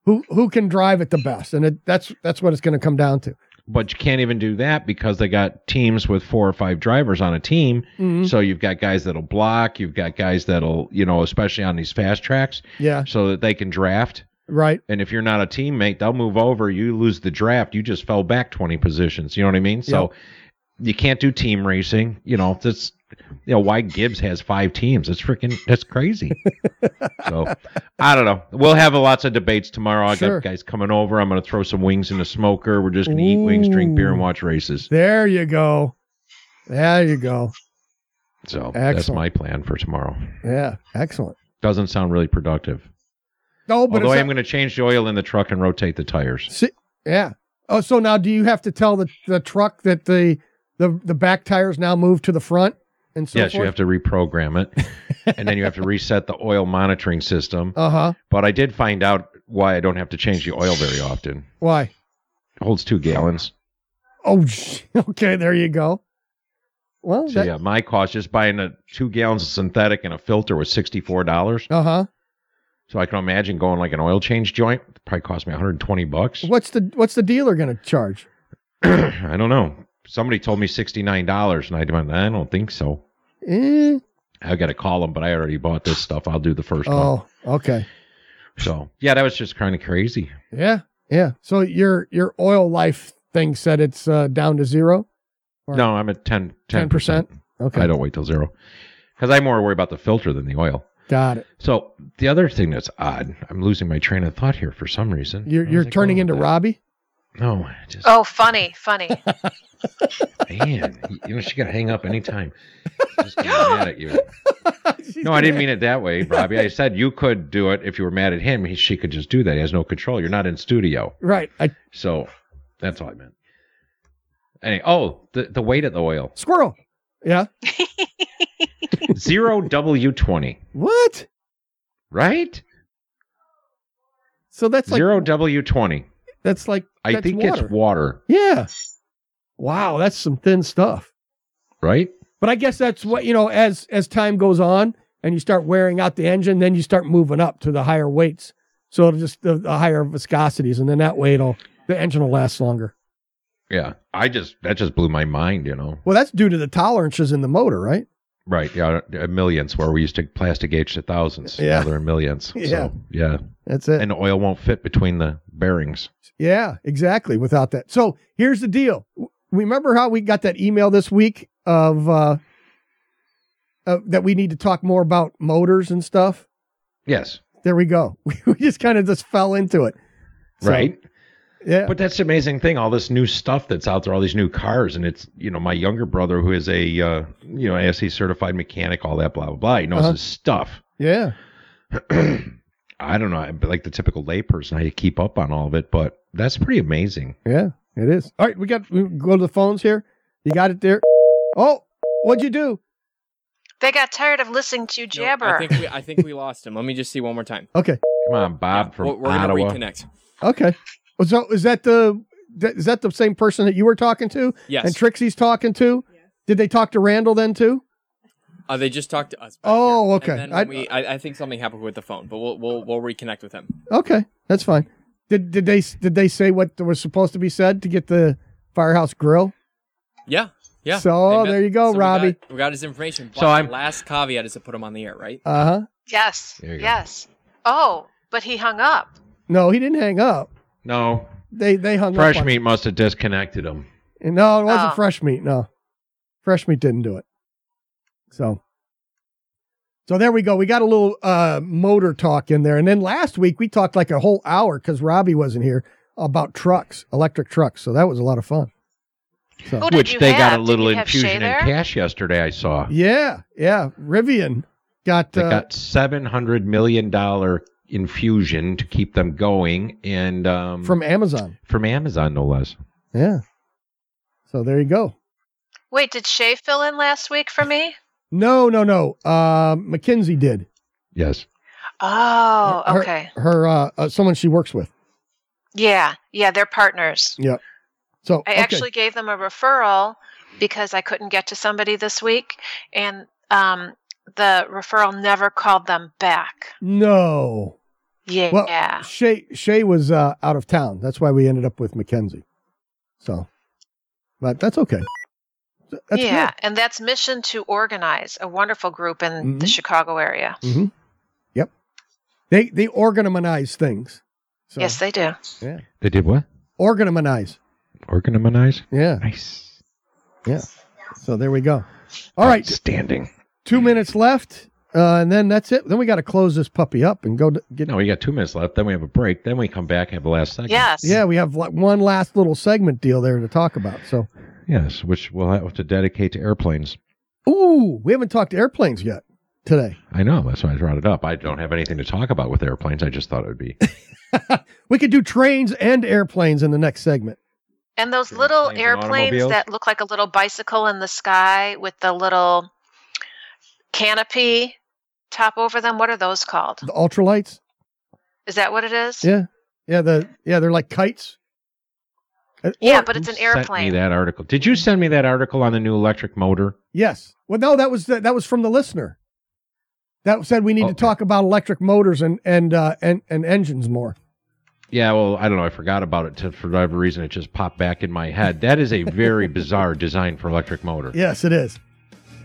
Speaker 1: who who can drive it the best, and it, that's that's what it's going to come down to.
Speaker 2: But you can't even do that because they got teams with four or five drivers on a team.
Speaker 1: Mhm.
Speaker 2: So you've got guys that'll block, you've got guys that'll, you know, especially on these fast tracks,
Speaker 1: Yeah.
Speaker 2: so that they can draft.
Speaker 1: Right.
Speaker 2: And if you're not a teammate, they'll move over. You lose the draft. You just fell back 20 positions. You know what I mean? So you can't do team racing. You know, that's, you know, why Gibbs has five teams. It's freaking, that's crazy. so I don't know. We'll have lots of debates tomorrow. I
Speaker 1: Sure.
Speaker 2: got guys coming over. I'm going to throw some wings in a smoker. We're just going to eat wings, drink beer, and watch races.
Speaker 1: There you go. There you go.
Speaker 2: So that's
Speaker 1: Excellent.
Speaker 2: my plan for tomorrow.
Speaker 1: Yeah. Excellent.
Speaker 2: Doesn't sound really productive.
Speaker 1: Oh, but
Speaker 2: Although I
Speaker 1: it's
Speaker 2: am going to change the oil in the truck and rotate the tires.
Speaker 1: yeah. Oh, so now do you have to tell the, the truck that the, the the back tires now move to the front and so
Speaker 2: yes,
Speaker 1: forth?
Speaker 2: you have to reprogram it, and then you have to reset the oil monitoring system.
Speaker 1: Uh huh.
Speaker 2: But I did find out why I don't have to change the oil very often.
Speaker 1: Why?
Speaker 2: It holds two gallons.
Speaker 1: Oh, sh- okay. There you go. Well,
Speaker 2: So yeah, my cost just buying a two gallons of synthetic and a filter was sixty four dollars.
Speaker 1: Uh huh.
Speaker 2: So I can imagine going like an oil change joint probably cost me one hundred and twenty bucks.
Speaker 1: What's the what's the dealer going to charge?
Speaker 2: I don't know. Somebody told me sixty nine dollars, and I went, I don't think so.
Speaker 1: Eh,
Speaker 2: I got to call them, but I already bought this stuff. I'll do the first one.
Speaker 1: oh, okay.
Speaker 2: So yeah, that was just kind of crazy.
Speaker 1: Yeah, yeah. So your your oil life thing said it's uh, down to zero. Or-
Speaker 2: No, I'm at 10
Speaker 1: 10%?
Speaker 2: percent.
Speaker 1: Okay,
Speaker 2: I don't wait till zero because I more worry about the filter than the oil.
Speaker 1: got it.
Speaker 2: So the other thing that's odd, I'm losing my train of thought here for some reason.
Speaker 1: You're
Speaker 2: Where
Speaker 1: you're
Speaker 2: was I
Speaker 1: turning
Speaker 2: going
Speaker 1: into
Speaker 2: with
Speaker 1: Robbie.
Speaker 2: that? No, I just
Speaker 3: Oh, funny, funny.
Speaker 2: man, you know she got to hang up anytime. Just get mad at you. No, I didn't mean it that way, Robbie. I said you could do it if you were mad at him. He, she could just do that. He has no control. You're not in studio,
Speaker 1: Right. I
Speaker 2: so that's all I meant. Anyway, oh, the, the weight of the oil
Speaker 1: squirrel. Yeah.
Speaker 2: zero W twenty,
Speaker 1: What?
Speaker 2: right?
Speaker 1: So that's like
Speaker 2: zero W twenty.
Speaker 1: that's like
Speaker 2: I
Speaker 1: that's
Speaker 2: think
Speaker 1: water.
Speaker 2: it's water,
Speaker 1: yeah. Wow, that's some thin stuff.
Speaker 2: right?
Speaker 1: But I guess that's what you know. As as time goes on and you start wearing out the engine, then you start moving up to the higher weights. So it'll just the, the higher viscosities, and then that way it'll the engine will last longer.
Speaker 2: Yeah. I just that just blew my mind, you know.
Speaker 1: Well, that's due to the tolerances in the motor, right?
Speaker 2: Right. Yeah. uh, Millions where we used to plastic gauge to thousands.
Speaker 1: Yeah.
Speaker 2: Now they're in millions.
Speaker 1: Yeah.
Speaker 2: So, yeah.
Speaker 1: That's it.
Speaker 2: And the oil won't fit between the bearings.
Speaker 1: Yeah, exactly. Without that. So here's the deal. W- Remember how we got that email this week of uh, uh that we need to talk more about motors and stuff?
Speaker 2: Yes.
Speaker 1: There we go. We, just kind of just fell into it. So,
Speaker 2: right.
Speaker 1: Yeah.
Speaker 2: But that's the amazing thing. All this new stuff that's out there, all these new cars. And it's, you know, my younger brother who is a, uh, you know, ASC certified mechanic, all that, blah, blah, blah. He knows
Speaker 1: Uh-huh.
Speaker 2: his stuff.
Speaker 1: yeah.
Speaker 2: I don't know. I'm like the typical layperson, I keep up on all of it, but that's pretty amazing.
Speaker 1: Yeah, it is. All right, we got we go to the phones here. You got it there. Oh, what'd you do?
Speaker 3: They got tired of listening to you
Speaker 6: No,
Speaker 3: jabber.
Speaker 6: I think we, I think we lost him. Let me just see one more time.
Speaker 1: Okay.
Speaker 2: Come on, Bob
Speaker 6: Yeah,
Speaker 2: from
Speaker 6: we're, we're
Speaker 2: Ottawa.
Speaker 6: gonna reconnect.
Speaker 1: Okay. So is that the that- is that the same person that you were talking to
Speaker 6: Yes.
Speaker 1: and Trixie's talking to? Did they talk to Randall then too?
Speaker 6: Uh, they just talked to us. back
Speaker 1: Oh,
Speaker 6: here.
Speaker 1: okay.
Speaker 6: And then
Speaker 1: I-
Speaker 6: when we- I, I think something happened with the phone, but we'll we'll, we'll reconnect with him.
Speaker 1: Okay, that's fine. Did did they did they say what was supposed to be said to get the firehouse grill?
Speaker 6: Yeah, yeah.
Speaker 1: So,
Speaker 6: They
Speaker 1: there you go,
Speaker 6: we
Speaker 1: Robbie.
Speaker 6: got- We got, his information. But
Speaker 2: So I'm-
Speaker 6: the last caveat is to put him on the air, right?
Speaker 1: Uh huh.
Speaker 3: yes,
Speaker 2: There you go.
Speaker 3: yes. Oh, but he hung up.
Speaker 1: No, he didn't hang up.
Speaker 2: No,
Speaker 1: They they hung up.
Speaker 2: fresh
Speaker 1: on-
Speaker 2: meat must have disconnected him.
Speaker 1: No, it wasn't
Speaker 3: Oh.
Speaker 1: fresh meat. No, fresh meat didn't do it. So, so there we go. We got a little uh, motor talk in there, and then last week we talked like a whole hour because Robbie wasn't here about trucks, electric trucks. So that was a lot of fun. So
Speaker 3: Who did
Speaker 2: Which
Speaker 3: you
Speaker 2: they
Speaker 3: have?
Speaker 2: got a little
Speaker 3: did you have Shay
Speaker 2: infusion in
Speaker 3: there?
Speaker 2: cash yesterday. I saw
Speaker 1: yeah, yeah. Rivian got
Speaker 2: they
Speaker 1: uh,
Speaker 2: got seven hundred million dollar infusion to keep them going, and um,
Speaker 1: from Amazon.
Speaker 2: from Amazon no less.
Speaker 1: Yeah. So there you go.
Speaker 3: Wait, did Shay fill in last week for me?
Speaker 1: No, no, no. Uh, McKinsey did.
Speaker 2: Yes,
Speaker 3: Oh,
Speaker 1: Her-
Speaker 3: okay.
Speaker 1: Her uh, uh, someone she works with.
Speaker 3: Yeah, yeah, they're partners.
Speaker 1: So
Speaker 3: I
Speaker 1: okay.
Speaker 3: actually gave them a referral because I couldn't get to somebody this week, and um, the referral never called them back.
Speaker 1: no.
Speaker 3: Yeah.
Speaker 1: Well, Shay Shay was uh, out of town. That's why we ended up with Mackenzie. So but that's okay. That's
Speaker 3: yeah, and that's Mission to Organize, a wonderful group in the
Speaker 2: Mm-hmm.
Speaker 1: Mhm.
Speaker 3: Chicago area.
Speaker 1: good. Mhm. Yep. They they organize things. So,
Speaker 3: Yes, they do.
Speaker 2: They did what?
Speaker 1: organize.
Speaker 2: Organize?
Speaker 1: Yeah.
Speaker 2: Nice.
Speaker 1: Yeah. So there we go. All right.
Speaker 2: Standing.
Speaker 1: Two minutes left, uh, and then that's it. Then we got to close this puppy up and go to get.
Speaker 2: No, we got two minutes left. Then we have a break. Then we come back and have the last segment.
Speaker 3: Yes.
Speaker 1: Yeah, we have like one last little segment deal there to talk about. So,
Speaker 2: Yes, which we'll have to dedicate to airplanes.
Speaker 1: ooh, we haven't talked airplanes yet today.
Speaker 2: I know. That's why I brought it up. I don't have anything to talk about with airplanes. I just thought it would be.
Speaker 1: We could do trains and airplanes in the next segment.
Speaker 3: And those
Speaker 2: Sure,
Speaker 3: little
Speaker 2: planes and
Speaker 3: airplanes
Speaker 2: automobiles.
Speaker 3: that look like a little bicycle in the sky with the little canopy top over them, what are those called?
Speaker 1: The ultralights.
Speaker 3: Is that what it is?
Speaker 1: Yeah, yeah, the yeah, they're like kites. Uh,
Speaker 3: Yeah,
Speaker 1: or-
Speaker 3: but it's an
Speaker 2: Sent me
Speaker 3: airplane.
Speaker 2: that article. Did you send me that article on the new electric motor?
Speaker 1: yes. Well, no, that was that was from the listener. That said, we need to
Speaker 2: Okay.
Speaker 1: talk about electric motors and and uh, and and engines more.
Speaker 2: Yeah, well, I don't know. I forgot about it to, for whatever reason. It just popped back in my head. That is a very bizarre design for electric motor.
Speaker 1: Yes, it is.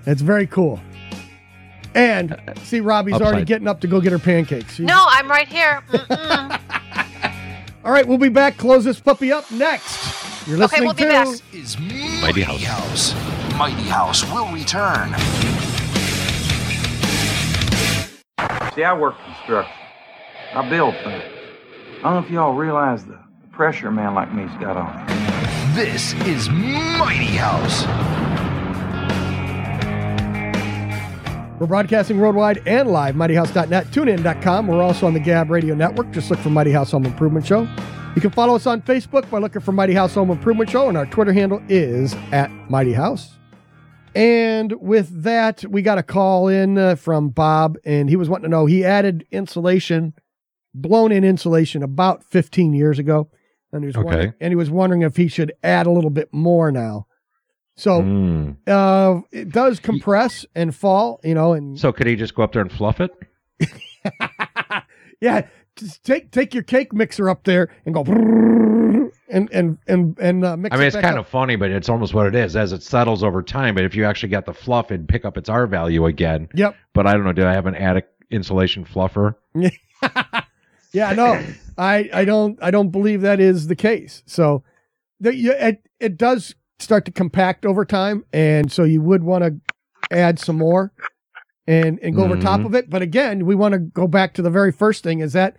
Speaker 1: It's very cool. And see, Robbie's already
Speaker 2: Upside.
Speaker 1: getting up to go get her pancakes. She-
Speaker 3: No, I'm right here. Mm-mm.
Speaker 1: All right, we'll be back. Close this puppy up next. You're
Speaker 3: Okay,
Speaker 1: listening
Speaker 3: we'll be
Speaker 1: to
Speaker 3: back.
Speaker 4: Is Mighty House. Mighty House will return.
Speaker 5: See, I work construction. I build things. I don't know if y'all realize the pressure a man like me's got on him.
Speaker 4: This is Mighty House.
Speaker 1: We're broadcasting worldwide and live, mightyhouse.net, tunein.com. We're also on the Gab Radio Network. Just look for Mighty House Home Improvement Show. You can follow us on Facebook by looking for Mighty House Home Improvement Show, and our Twitter handle is at Mighty House. And with that, we got a call in uh, from Bob, and he was wanting to know he added insulation, blown in insulation about 15 years ago. And he was,
Speaker 2: Okay.
Speaker 1: wondering, and he was wondering if he should add a little bit more now. So
Speaker 2: Mm.
Speaker 1: uh, it does compress and fall, you know, and
Speaker 2: So could he just go up there and fluff it?
Speaker 1: yeah, just take take your cake mixer up there and go brrrr and and and and uh, mix.
Speaker 2: I mean,
Speaker 1: it
Speaker 2: it's
Speaker 1: back
Speaker 2: kind
Speaker 1: up.
Speaker 2: of funny, but it's almost what it is. As it settles over time, but if you actually got the fluff, it'd pick up its R value again.
Speaker 1: Yep.
Speaker 2: But I don't know. Do I have an attic insulation fluffer?
Speaker 1: yeah. No, I I don't I don't believe that is the case. So there, you, it it does start to compact over time, and so you would want to add some more and and go over top
Speaker 2: Mhm.
Speaker 1: of it. But again, we want to go back to the very first thing: is that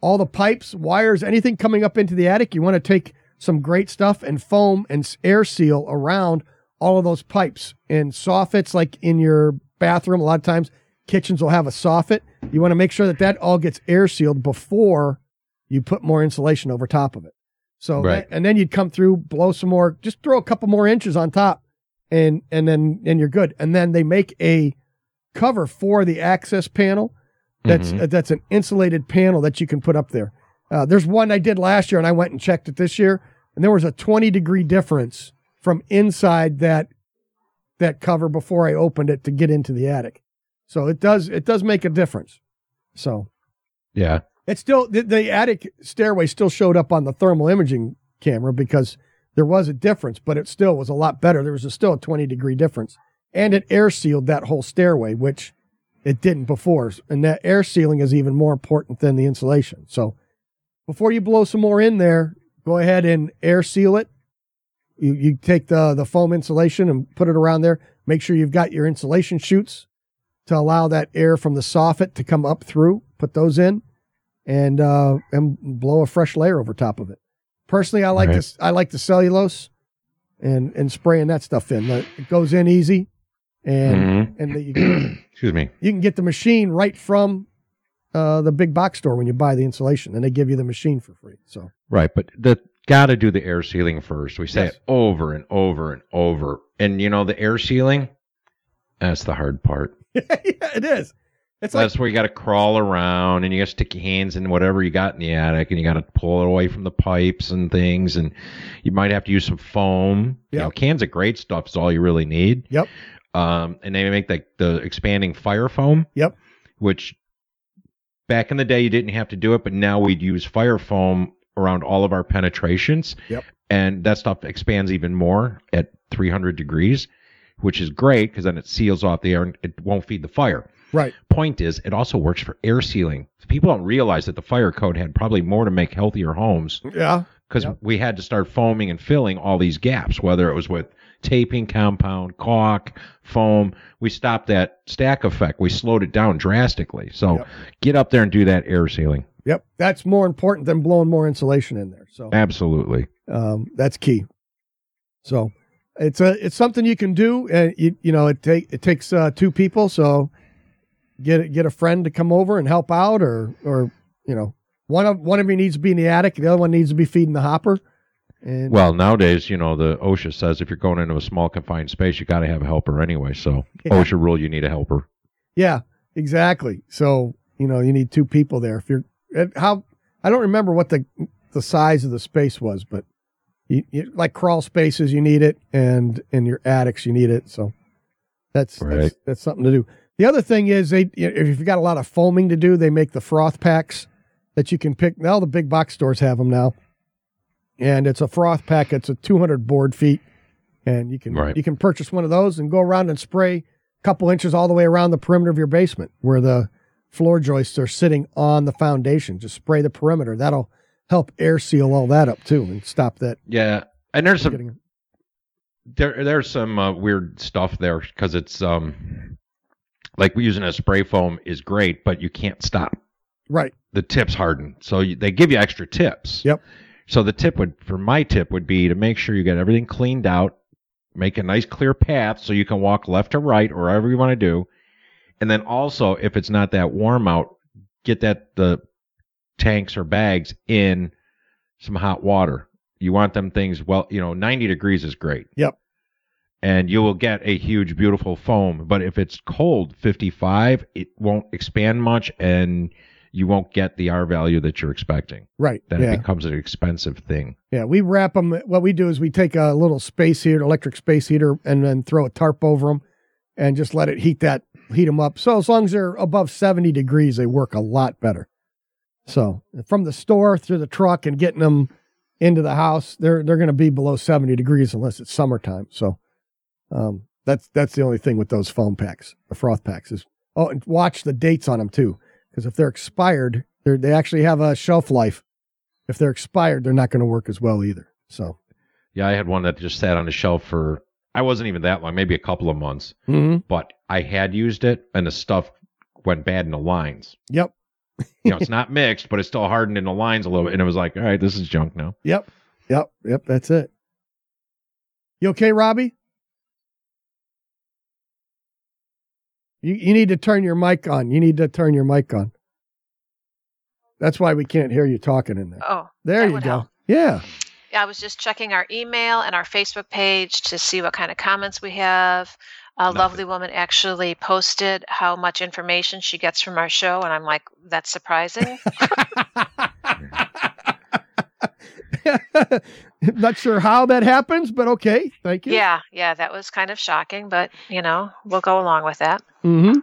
Speaker 1: all the pipes, wires, anything coming up into the attic, you want to take some great stuff and foam and s- air seal around all of those pipes and soffits, like in your bathroom. A lot of times, kitchens will have a soffit. You want to make sure that that all gets air sealed before you put more insulation over top of it. So,
Speaker 2: Right.
Speaker 1: that- and then you'd come through, blow some more, just throw a couple more inches on top, and and then and you're good. And then they make a cover for the access panel. That's
Speaker 2: Mhm.
Speaker 1: uh, that's an insulated panel that you can put up there. Uh, there's one I did last year, and I went and checked it this year, and there was a 20 degree difference from inside that that cover before I opened it to get into the attic. So it does it does make a difference. So
Speaker 2: Yeah.
Speaker 1: it's still the, the attic stairway still showed up on the thermal imaging camera because there was a difference, but it still was a lot better. There was a, still a 20 degree difference, and it air sealed that whole stairway, which it didn't before. And that air sealing is even more important than the insulation. So before you blow some more in there, go ahead and air seal it. You you take the the foam insulation and put it around there. Make sure you've got your insulation chutes to allow that air from the soffit to come up through. Put those in and uh, and blow a fresh layer over top of it. Personally, I like
Speaker 2: Right.
Speaker 1: this. I like the cellulose and and spraying that stuff in. Like, It goes in easy, and
Speaker 2: Mhm.
Speaker 1: and the, you can,
Speaker 2: Excuse me.
Speaker 1: you can get the machine right from uh, the big box store when you buy the insulation, and they give you the machine for free. So
Speaker 2: Right, but the got to do the air sealing first. We say
Speaker 1: Yes.
Speaker 2: it over and over and over, and you know the air sealing. That's the hard part.
Speaker 1: yeah, it is. It's like
Speaker 2: that's where you got to crawl around and you got to stick your hands in whatever you got in the attic, and you got to pull it away from the pipes and things, and you might have to use some foam. You
Speaker 1: Yeah.
Speaker 2: know, cans of great stuff is all you really need.
Speaker 1: Yep.
Speaker 2: Um, and they make like the expanding fire foam.
Speaker 1: Yep.
Speaker 2: Which back in the day you didn't have to do it, but now we'd use fire foam around all of our penetrations.
Speaker 1: Yep.
Speaker 2: and that stuff expands even more at 300 degrees, which is great because then it seals off the air and it won't feed the fire.
Speaker 1: Right.
Speaker 2: Point is, it also works for air sealing. People don't realize that the fire code had probably more to make healthier homes
Speaker 1: Yeah.
Speaker 2: because
Speaker 1: Yep.
Speaker 2: we had to start foaming and filling all these gaps, whether it was with taping compound, caulk, foam. We stopped that stack effect. We slowed it down drastically. So
Speaker 1: Yep.
Speaker 2: get up there and do that air sealing.
Speaker 1: Yep. That's more important than blowing more insulation in there. So
Speaker 2: Absolutely.
Speaker 1: um, that's key. So it's a it's something you can do, and you, you know it take it takes uh, two people. So get get a friend to come over and help out, or or you know one of one of you needs to be in the attic, the other one needs to be feeding the hopper. And
Speaker 2: Well, nowadays, you know, the OSHA says if you're going into a small confined space, you got to have a helper anyway. So
Speaker 1: Yeah.
Speaker 2: OSHA rule, you need a helper.
Speaker 1: Yeah, exactly. So you know you need two people there. If you're and how I don't remember what the the size of the space was, but you, you, like crawl spaces you need it, and in your attics you need it. So that's
Speaker 2: Right.
Speaker 1: that's, that's something to do. The other thing is they if you've got a lot of foaming to do, they make the froth packs that you can pick. Now the big box stores have them now, and it's a froth pack. It's a 200 board feet, and you can
Speaker 2: Right.
Speaker 1: you can purchase one of those and go around and spray couple inches all the way around the perimeter of your basement where the floor joists are sitting on the foundation. Just spray the perimeter. That'll help air seal all that up too and stop that.
Speaker 2: Yeah. And there's
Speaker 1: from
Speaker 2: some
Speaker 1: getting-
Speaker 2: there there's some uh, weird stuff there because it's um like using a spray foam is great, but you can't stop.
Speaker 1: right.
Speaker 2: the tips harden. So you, they give you extra tips.
Speaker 1: Yep.
Speaker 2: So the tip would, for my tip would be to make sure you get everything cleaned out, make a nice clear path so you can walk left to right or whatever you want to do, and then also if it's not that warm out, get that the tanks or bags in some hot water. You want them things well, you know, 90 degrees is great.
Speaker 1: Yep.
Speaker 2: And you will get a huge, beautiful foam. But if it's cold, 55, it won't expand much and you won't get the R value that you're expecting.
Speaker 1: Right.
Speaker 2: Then
Speaker 1: yeah.
Speaker 2: it becomes an expensive thing.
Speaker 1: Yeah. We wrap them. What we do is we take a little space heater, electric space heater, and then throw a tarp over them and just let it heat that, heat them up. So as long as they're above 70 degrees, they work a lot better. So from the store through the truck and getting them into the house, they're they're going to be below 70 degrees unless it's summertime. So um, that's that's the only thing with those foam packs, the froth packs is oh, and watch the dates on them too, because if they're expired, they they actually have a shelf life. If they're expired, they're not going to work as well either. So
Speaker 2: Yeah, I had one that just sat on a shelf for I wasn't even that long, maybe a couple of months, but I had used it and the stuff went bad in the lines.
Speaker 1: yep,
Speaker 2: You know, it's not mixed, but it's still hardened in the lines a little bit. And it was like, all right, this is junk now.
Speaker 1: yep, yep, yep. That's it. You okay, Robbie? You you need to turn your mic on. You need to turn your mic on. That's why we can't hear you talking in there.
Speaker 3: Oh,
Speaker 1: There
Speaker 3: that
Speaker 1: you
Speaker 3: would
Speaker 1: go.
Speaker 3: help.
Speaker 1: Yeah.
Speaker 3: Yeah, I was just checking our email and our Facebook page to see what kind of comments we have. A lovely woman actually posted how much information she gets from our show, and I'm like, that's surprising.
Speaker 1: Not sure how that happens, but okay. Thank you.
Speaker 3: yeah, yeah, that was kind of shocking, but you know, we'll go along with that,
Speaker 1: Mm-hmm.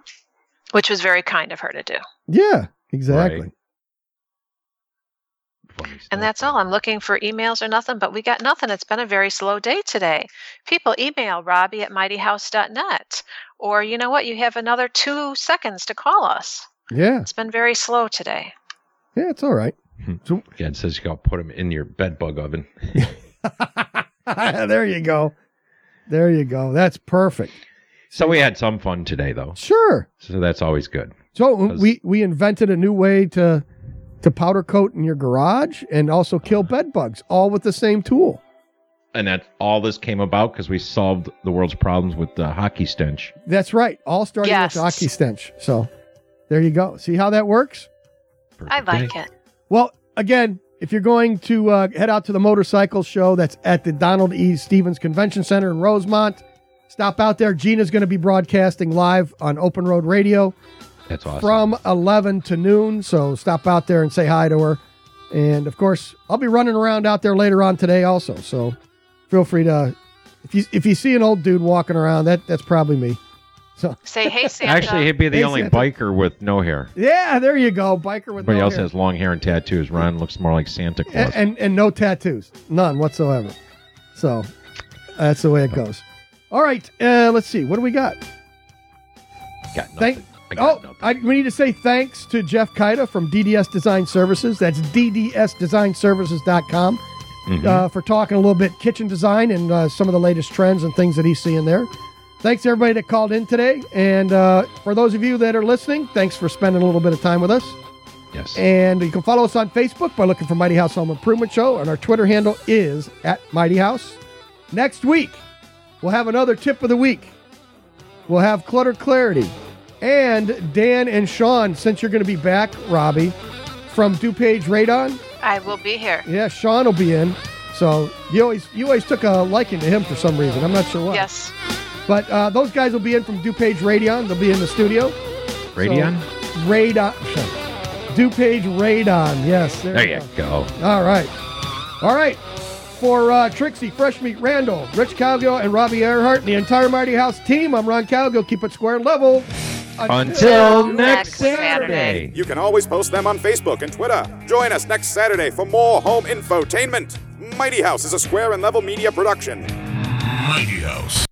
Speaker 3: which was very kind of her to do.
Speaker 1: Yeah. Exactly.
Speaker 2: Right. Funny stuff.
Speaker 3: And that's all. I'm looking for emails or nothing, but we got nothing. It's been a very slow day today. People email Robbie at mightyhouse.net, or you know what? You have another two seconds to call us.
Speaker 1: Yeah.
Speaker 3: It's been very slow today.
Speaker 1: Yeah. It's all right.
Speaker 2: Yeah, it says you got to put them in your bed bug oven.
Speaker 1: there you go. There you go. That's perfect.
Speaker 2: So we had some fun today, though.
Speaker 1: Sure.
Speaker 2: So that's always good.
Speaker 1: So
Speaker 2: 'Cause-
Speaker 1: we we invented a new way to to powder coat in your garage and also kill bed bugs, all with the same tool.
Speaker 2: And that all this came about because we solved the world's problems with the hockey stench.
Speaker 1: That's right. All starting
Speaker 3: Yes.
Speaker 1: with hockey stench. So there you go. See how that works?
Speaker 3: I
Speaker 2: Perfect
Speaker 3: like
Speaker 2: day.
Speaker 3: it.
Speaker 1: Well, again, if you're going to uh, head out to the motorcycle show that's at the Donald E. Stevens Convention Center in Rosemont, stop out there. Gina's going to be broadcasting live on Open Road Radio
Speaker 2: That's awesome.
Speaker 1: from 11 to noon. So stop out there and say hi to her. And of course, I'll be running around out there later on today also. So feel free to if you if you see an old dude walking around, that that's probably me. So
Speaker 3: Say, hey, Santa.
Speaker 2: Actually, he'd be the
Speaker 1: Hey,
Speaker 2: only
Speaker 1: Santa.
Speaker 2: biker with no hair.
Speaker 1: yeah, there you go, biker with
Speaker 2: Everybody
Speaker 1: no
Speaker 2: else
Speaker 1: hair.
Speaker 2: has long hair and tattoos. Ron looks more like Santa Claus.
Speaker 1: and, and and no tattoos, none whatsoever. So that's the way it goes. All right, uh, let's see. What do we got?
Speaker 2: Got nothing.
Speaker 1: Thank.
Speaker 2: I
Speaker 1: Oh,
Speaker 2: got nothing.
Speaker 1: I, we need to say thanks to Jeff Kaida from DDS Design Services. That's DDSDesignServices.com
Speaker 2: Mm-hmm.
Speaker 1: uh, for talking a little bit kitchen design and uh, some of the latest trends and things that he's seeing there. Thanks to everybody that called in today, and uh, for those of you that are listening, thanks for spending a little bit of time with us.
Speaker 2: yes.
Speaker 1: And you can follow us on Facebook by looking for Mighty House Home Improvement Show, and our Twitter handle is at Mighty House. Next week, we'll have another tip of the week. We'll have Clutter Clarity. And Dan and Sean, since you're going to be back, Robbie, from DuPage Radon,
Speaker 3: I will be here.
Speaker 1: yeah, Sean will be in. So you always you always took a liking to him for some reason. I'm not sure why.
Speaker 3: Yes.
Speaker 1: But uh, those guys will be in from DuPage Radon. They'll be in the studio.
Speaker 2: Radion?
Speaker 1: So, radon. DuPage Radon. Yes.
Speaker 2: there
Speaker 1: we
Speaker 2: you go.
Speaker 1: All right. All right. For uh, Trixie, Fresh Meat, Randall, Rich Calgill, and Robbie Earhart, and the entire Mighty House team, I'm Ron Calgill. Keep it square and level.
Speaker 2: Until
Speaker 3: next
Speaker 2: next
Speaker 3: Saturday.
Speaker 2: Saturday.
Speaker 8: You can always post them on Facebook and Twitter. Join us next Saturday for more home infotainment. Mighty House is a square and level media production.
Speaker 4: Mighty House.